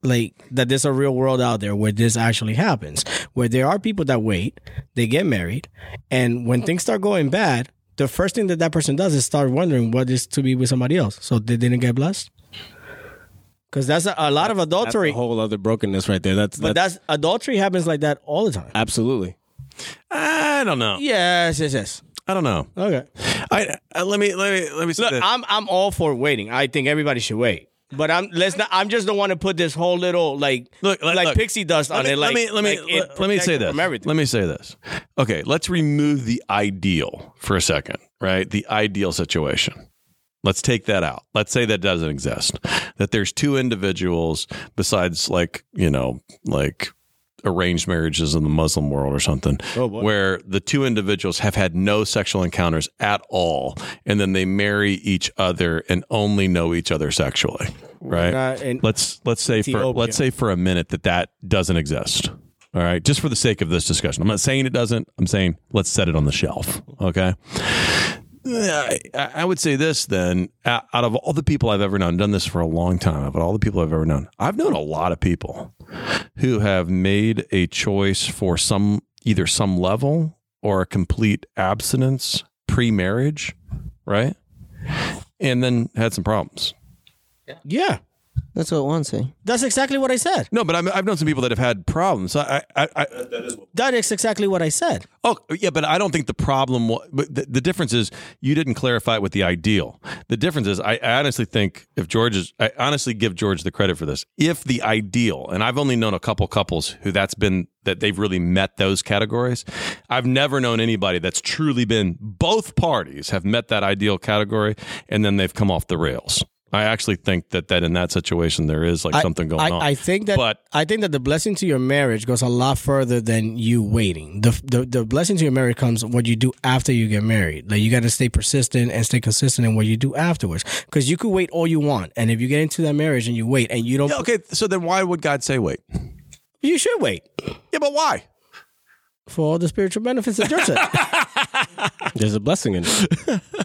like that there's a real world out there where this actually happens, where there are people that wait, they get married, and when things start going bad, the first thing that that person does is start wondering what is to be with somebody else. So they didn't get blessed. Because that's a, a lot of
That's a
adultery,
whole other brokenness right there. That's
but that's adultery happens like that all the time.
absolutely.
I don't know.
Yes, yes, yes.
I don't know.
Okay.
I, I let me let me let me say
Look,
this.
I'm I'm all for waiting. I think everybody should wait. But I'm let's not. I'm just don't want to put this whole little like
Look, let-
like
look.
pixie dust
let
on
me,
it. Like
let me let me
like it
let, let me
protects
say
it
this.
from everything.
Let me say this. Okay, let's remove the ideal for a second, right? The ideal situation. Let's take that out. Let's say that doesn't exist. That there's two individuals besides like, you know, like arranged marriages in the Muslim world or something
Oh,
where the two individuals have had no sexual encounters at all and then they marry each other and only know each other setexually, right?
not in-
let's let's say for
Ethiopia.
let's say for a minute that that doesn't exist. All right, just for the sake of this discussion. I'm not saying it doesn't. I'm saying let's set it on the shelf, okay? I, I would say this then out out of all the people I've ever known, done this for a long time, but all the people I've ever known, I've known a lot of people who have made a choice for some either some level or a complete abstinence pre-marriage, right? And then had some problems.
Yeah,
That's what Juan's saying.
That's exactly what I said.
No, but I'm, I've known some people that have had problems. I, I, I, that is
That is exactly what I said.
Oh, yeah, but I don't think the problem. wa- But the, the difference is you didn't clarify it with the ideal. The difference is I honestly think if George is, I honestly give George the credit for this. If the ideal, and I've only known a couple couples who that's been that they've really met those categories. I've never known anybody that's truly been both parties have met that ideal category and then they've come off the rails. I actually think that that in that situation there is like
I-
something going
I,
on.
I think that
but
I think that the blessing to your marriage goes a lot further than you waiting. The, the the blessing to your marriage comes what you do after you get married. Like you got to stay persistent and stay consistent in what you do afterwards. Because you could wait all you want, and if you get into that marriage and you wait and you don't,
Yeah, okay. So then why would God say wait?
You should wait.
Yeah, but why?
For all the spiritual benefits
<laughs>
that George said.
<laughs> There's a blessing in it.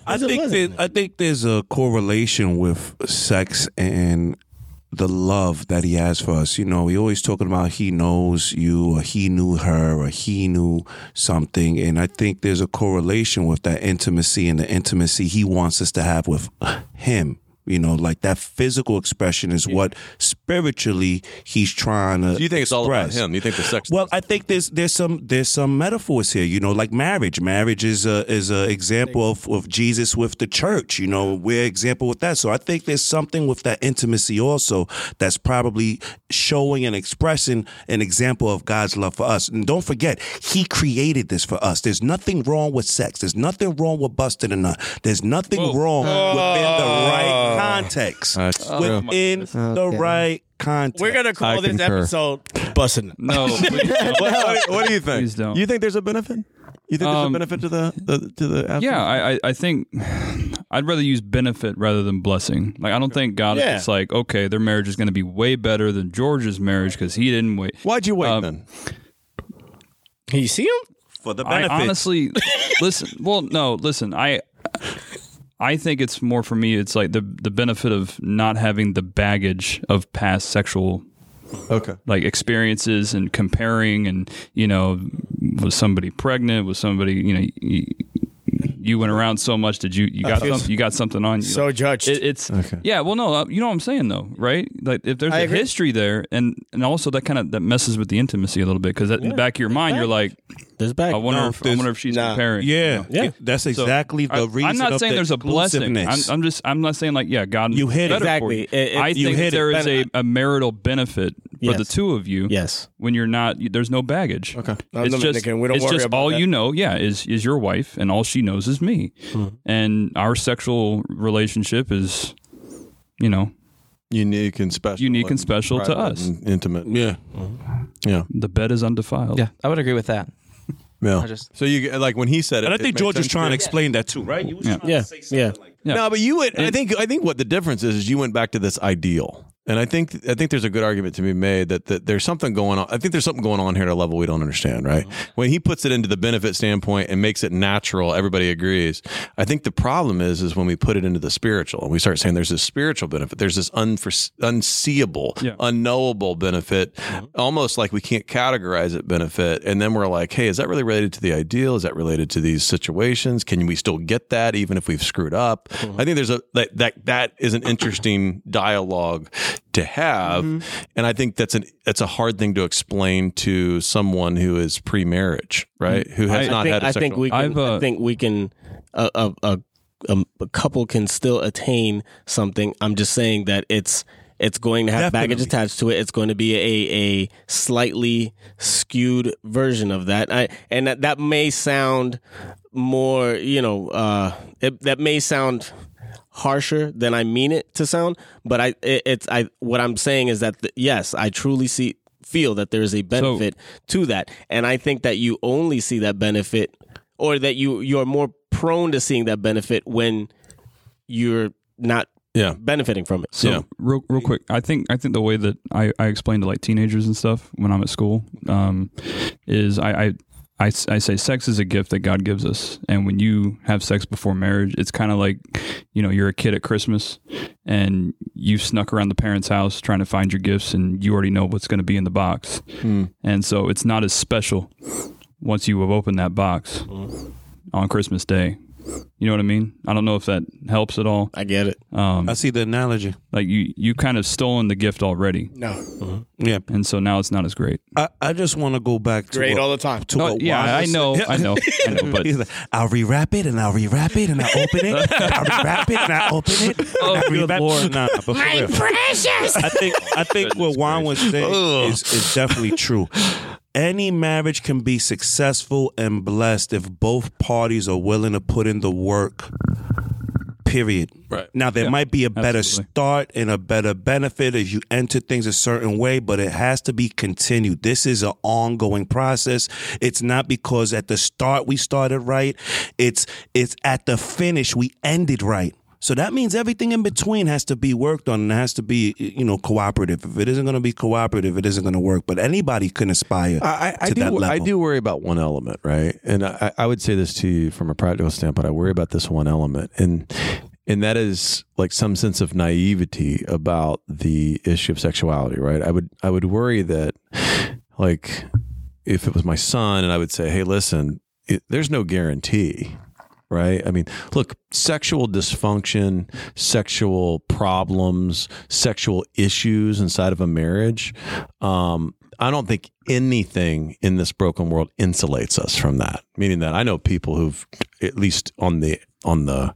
I think that, I think there's a correlation with sex and the love that he has for us. You know, he always talking about he knows you or he knew her or he knew something, and I think there's a correlation with that intimacy and the intimacy he wants us to have with him. You know, like that physical expression is what spiritually he's trying to.
Do you think it's all about
express.
him? You think the sex?
Well, I think there's there's some there's some metaphors here. You know, like marriage. Marriage is a is an example of, of Jesus with the church. You know, we're example with that. So I think there's something with that intimacy also that's probably showing and expressing an example of God's love for us. And don't forget, He created this for us. There's nothing wrong with sex. There's nothing wrong with busting a nut. There's nothing wrong within the right context.
That's
true.
within the
Okay.
right context.
We're gonna call I this concur. episode
"Bussin."
No,
<laughs> what, what- what do you think?
Please don't.
You think there's a benefit? You think
Um,
there's a benefit to the, the to the? After?
Yeah, I, I, I think <sighs> I'd rather use benefit rather than blessing. Like I don't think God
Yeah.
is like, okay, their marriage is going to be way better than George's marriage because he didn't wait.
Why'd you wait
Um,
then?
<laughs> You see him
for the
I
benefits.
honestly listen. Well, no, listen. I I think it's more for me. It's like the the benefit of not having the baggage of past sexual
okay
like experiences and comparing and you know was somebody pregnant was somebody you know you, you went around so much did you you
I
got
feel-
something you got something on you
so judged.
it's yeah, well, no, uh, you know what I'm saying though, right? Like if there's
I
a
agree.
history there, and and also that kind of that messes with the intimacy a little bit because in the back of your mind you're like,
"There's back."
I wonder
No,
if I
there's-
wonder if she's
nah.
comparing.
Yeah,
you know?
yeah, that's
So,
exactly the
I- I'm
reason
not
of
saying
the
there's a blessing. I'm,
exclusiveness.
I'm just I'm not saying like yeah, God
You hit it.
better for
Exactly.
you.
It- it-
I
you
think
hit it.
there is
Ben,
a, a marital benefit for the
Yes.
two of you.
Yes,
when you're not, there's no baggage. Okay,
I'm
it's just,
Dominican. We don't
it's
worry
just
about
all
that.
you know. Yeah, is is your wife, and all she knows is me, and our sexual relationship is, you know,
unique and special.
Unique and special to
private
us.
and intimate.
Yeah,
yeah.
The bed is undefiled.
Yeah, I would agree with that.
Yeah.
Mm-hmm. I just-
so you like when he said it.
And I
it
think
made
George was
sense
trying to
you.
explain that too, right? You was
Yeah.
trying to
Yeah.
say something
yeah.
like
Yeah.
No, but you would. I
And-
think. I think what the difference is is you went back to this ideal, and I think. I think there's a good argument to be made that, that there's something going on. I think there's something going on here at a level we don't understand. Right?
Uh-huh.
When he puts it into the benefit standpoint and makes it natural, everybody agrees. I think the problem is is when we put it into the spiritual and we start saying there's this spiritual benefit, there's this unforeseen, unseeable,
Yeah.
unknowable benefit,
Mm-hmm.
almost like we can't categorize it benefit. And then we're like, hey, is that really related to the ideal? Is that related to these situations? Can we still get that even if we've screwed up?
Mm-hmm.
I think there's a that that that is
<clears throat>
an interesting dialogue to have.
Mm-hmm.
And I think that's an that's a hard thing to explain to someone who is pre marriage, right? Who has
Mm-hmm. I
not
think,
had a
I
sexual
think we can.
I've, uh,
I think we can. uh, A a, a a um, a couple can still attain something. I'm just saying that it's it's going to have baggage
Definitely.
attached to it. It's going to be a a slightly skewed version of that. I and that, that may sound more. You know, uh, it, that may sound harsher than I mean it to sound. But I it, it's I what I'm saying is that th- yes, I truly see feel that there is a benefit to that and i think that you only see that benefit or that you you're more prone to seeing that benefit when you're not
Yeah.
benefiting from it
So real, real quick, I think I think the way that I, I explain to like teenagers and stuff when I'm at school um, is I, I I s- I say sex is a gift that God gives us, and when you have sex before marriage, it's kind of like you know you're a kid at Christmas and you snuck around the parents' house trying to find your gifts, and you already know what's going to be in the box, and so it's not as special once you have opened that box on Christmas Day. You know what I mean? I don't know if that helps at all.
I get it.
Um,
I see the analogy.
Like you, you kind of stolen the gift already.
No.
Yeah.
And so now it's not as great.
I, I just want to go back to
Great
what-
all the time.
To
No,
what
yeah,
Juan
I
said. <laughs>
know, I know, I know, but-
He's like, I'll rewrap it and I'll rewrap it and I'll open it. and I'll rewrap it and I'll open it.
<laughs> Oh,
and I'll
good
rewrap-
Lord.
Nah, but for real.
precious.
I think I think what Juan was saying is, is definitely true. Any marriage can be successful and blessed if both parties are willing to put in the work. Period.
Right.
Now there might be a better
absolutely.
start and a better benefit if you enter things a certain way, but it has to be continued. This is an ongoing process. It's not because at the start we started right. It's it's at the finish we ended right. So that means everything in between has to be worked on and has to be, you know, cooperative. If it isn't going to be cooperative, it isn't going to work. But anybody can aspire
I, I, I
to that
do.
level.
I do worry about one element, right? And I, I would say this to you from a practical standpoint. I worry about this one element, and and that is like some sense of naivety about the issue of sexuality, right? I would I would worry that like if it was my son, and I would say, hey, listen, it, there's no guarantee. Right. I mean, look, sexual dysfunction, sexual problems, sexual issues inside of a marriage um, I don't think anything in this broken world insulates us from that. Meaning that I know people who've, at least on the on the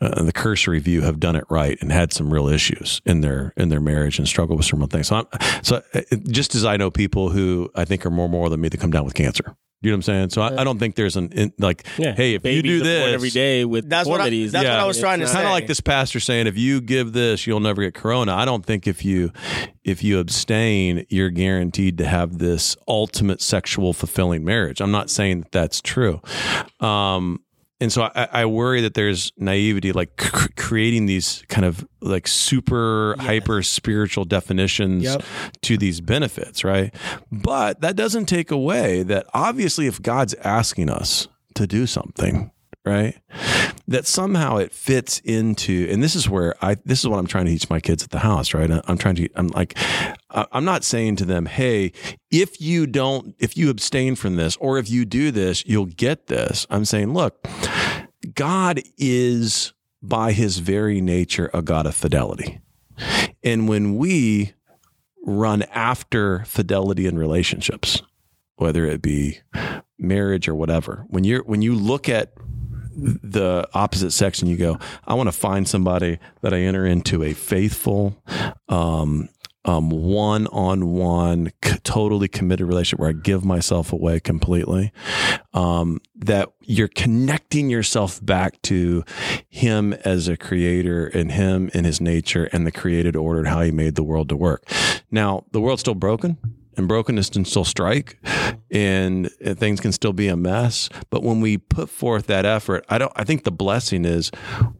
uh, the cursory view, have done it right and had some real issues in their in their marriage and struggle with certain things. So, I'm, so uh, just as I know people who I think are more moral than me that come down with cancer. You know what I'm saying? So I, I don't think there's an in, like, hey, if you
Babies
do
are born
this
every day with
That's what I-
deformities.
that's what I was
It's
trying to
not-
say.
kind of like this pastor saying if you give this you'll never get corona i don't think if you if you abstain you're guaranteed to have this ultimate sexual fulfilling marriage i'm not saying that that's true um and so I, I worry that there's naivety, like c- c- creating these kind of like super hyper spiritual definitions
Yep.
to these benefits, right? But that doesn't take away that obviously, if God's asking us to do something, right, that somehow it fits into and this is where i this is what i'm trying to teach my kids at the house right I- i'm trying to i'm like I- i'm not saying to them hey if you don't if you abstain from this or if you do this you'll get this i'm saying look god is by his very nature a god of fidelity and when we run after fidelity in relationships whether it be marriage or whatever when you're when you look at the opposite sex and you go i want to find somebody that i enter into a faithful um um one-on-one c- totally committed relationship where i give myself away completely um that you're connecting yourself back to him as a creator and him and his nature and the created order and how he made the world to work now the world's still broken and brokenness can still strike and uh, things can still be a mess but when we put forth that effort i don't i think the blessing is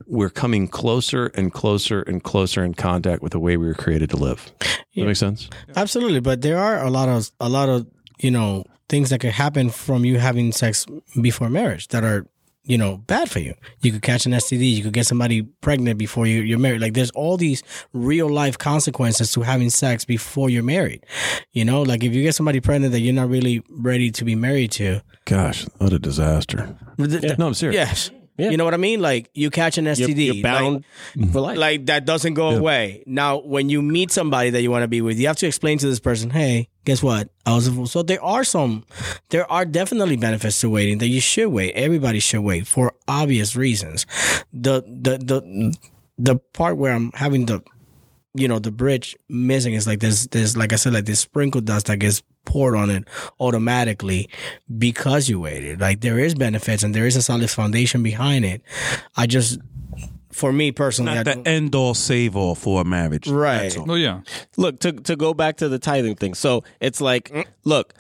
we're coming closer and closer and closer in contact with the way we were created to live does that make sense
Absolutely, but there are a lot of a lot of you know things that could happen from you having sex before marriage that are you know bad for you. You could catch an STD. You could get somebody pregnant before you, you're married. Like there's all these real life consequences to having sex before you're married. You know, like if you get somebody pregnant that you're not really ready to be married to.
gosh what a disaster no i'm serious
Yes. You know what I mean? Like you catch an
You're,
STD.
you're bound
like-
for life.
like that doesn't go away. Now, when you meet somebody that you want to be with, you have to explain to this person, "Hey, guess what? I was a fool." So there are some, there are definitely benefits to waiting that you should wait. Everybody should wait for obvious reasons. The the the the part where I'm having the you know the bridge missing is like there's there's like I said like this sprinkle dust that gets poured on it automatically because you waited like there is benefits and there is a solid foundation behind it i just for me personally I
Not
don't-
the end all save all for a marriage.
Right.
That's all.
Oh yeah.
look to to go back to the tithing thing. So it's like, look,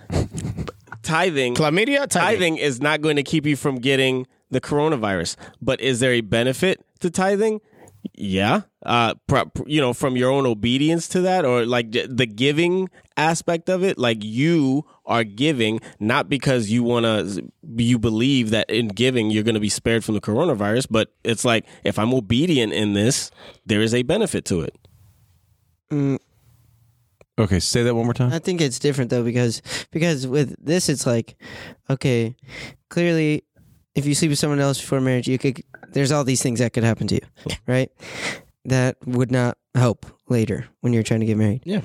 tithing
Chlamydia
tithing is not going to keep you from getting the coronavirus, but is there a benefit to tithing? Yeah, uh, pro- you know, from your own obedience to that, or like j- the giving aspect of it, like you are giving not because you want to, you believe that in giving you're going to be spared from the coronavirus, but it's like if I'm obedient in this, there is a benefit to it.
Mm,
okay say that one more time
I think it's different though because because with this it's like, okay, clearly, if you sleep with someone else before marriage, you could there's all these things that could happen to you, right? That would not help later when you're trying to get married.
Yeah.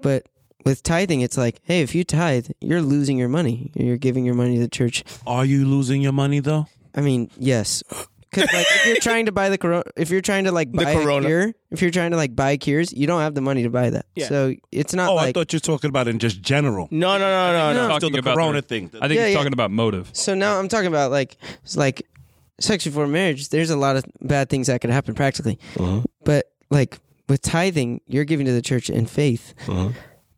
But with tithing, it's like, hey, if you tithe, you're losing your money. You're giving your money to the church.
Are you losing your money though?
I mean, yes. 'Cause, like, if you're trying to buy the corona, if you're trying to like buy a
corona.
cure, if you're trying to like buy cures, you don't have the money to buy that. So it's not
oh,
like
I thought you were talking about in just general.
No, no, no, no,
no. Still
Talking
the
about
Corona
their-
thing.
I think
Yeah,
he's
yeah.
talking about motive.
So now I'm talking about like it's like sex before marriage. There's a lot of bad things that could happen practically, but like with tithing, you're giving to the church in faith,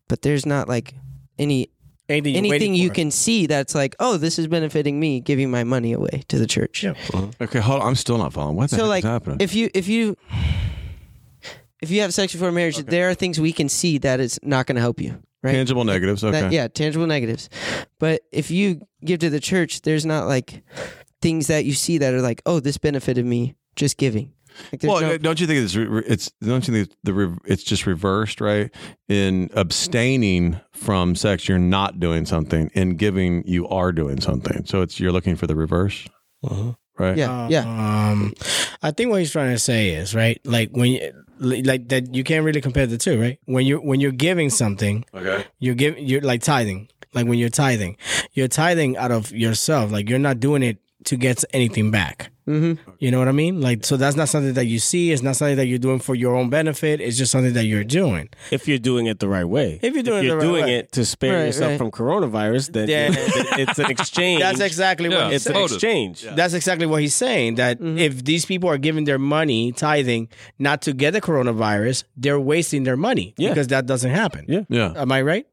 but there's not like any
Anything, you're waiting
anything you
for.
can see that's like, oh, this is benefiting me, giving my money away to the church.
Okay, hold on. I'm still not following. What the
So
heck
like,
is happening?
if you if you if you have sex before marriage, there are things we can see that is not going to help you, right?
Tangible negatives. Okay.
That- yeah, tangible negatives. But if you give to the church, there's not like things that you see that are like, oh, this benefited me just giving. Like, there's
Well,
no-
uh, don't you think it's re- re- it's don't you think the re- it's just reversed, right? In abstaining from sex, you're not doing something. In giving, you are doing something. So it's you're looking for the reverse, right?
Uh-huh. yeah, yeah.
Um, I think what he's trying to say is right, like when you, like that you can't really compare the two, right? When you are when you're giving something,
Okay.
you're giving you're like tithing, like when you're tithing, you're tithing out of yourself, like you're not doing it to get anything back. Mm-hmm. You know what I mean? Like so that's not something that you see. It's not something that you're doing for your own benefit. It's just something that you're doing.
If you're doing it the right way.
If you're doing it the right
doing
way.
it to spare
Right,
yourself
right.
from coronavirus, then
Yeah. <laughs>
it's an exchange.
That's exactly
Yeah.
what
It's
he's
an
saying.
Motive.
exchange.
That's exactly what he's saying. That if these people are giving their money tithing not to get the coronavirus, they're wasting their money
Yeah.
because that doesn't happen.
Yeah.
Yeah.
Am I right?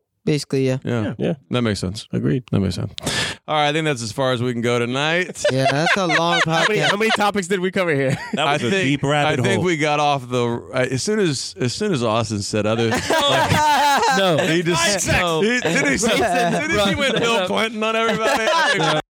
<laughs>
Basically, yeah.
Yeah.
Yeah.
That makes sense.
Agreed.
That makes sense. All right, I think that's as far as we can go tonight.
<laughs> Yeah, that's a
<laughs>
long podcast.
many topics did we cover here?
That was a
I think,
deep rabbit
I think
hole.
we got off the uh, as soon as as soon as Austin said other like,
no.
<laughs>
he just he, then he, said- then he went Bill Clinton on everybody. I think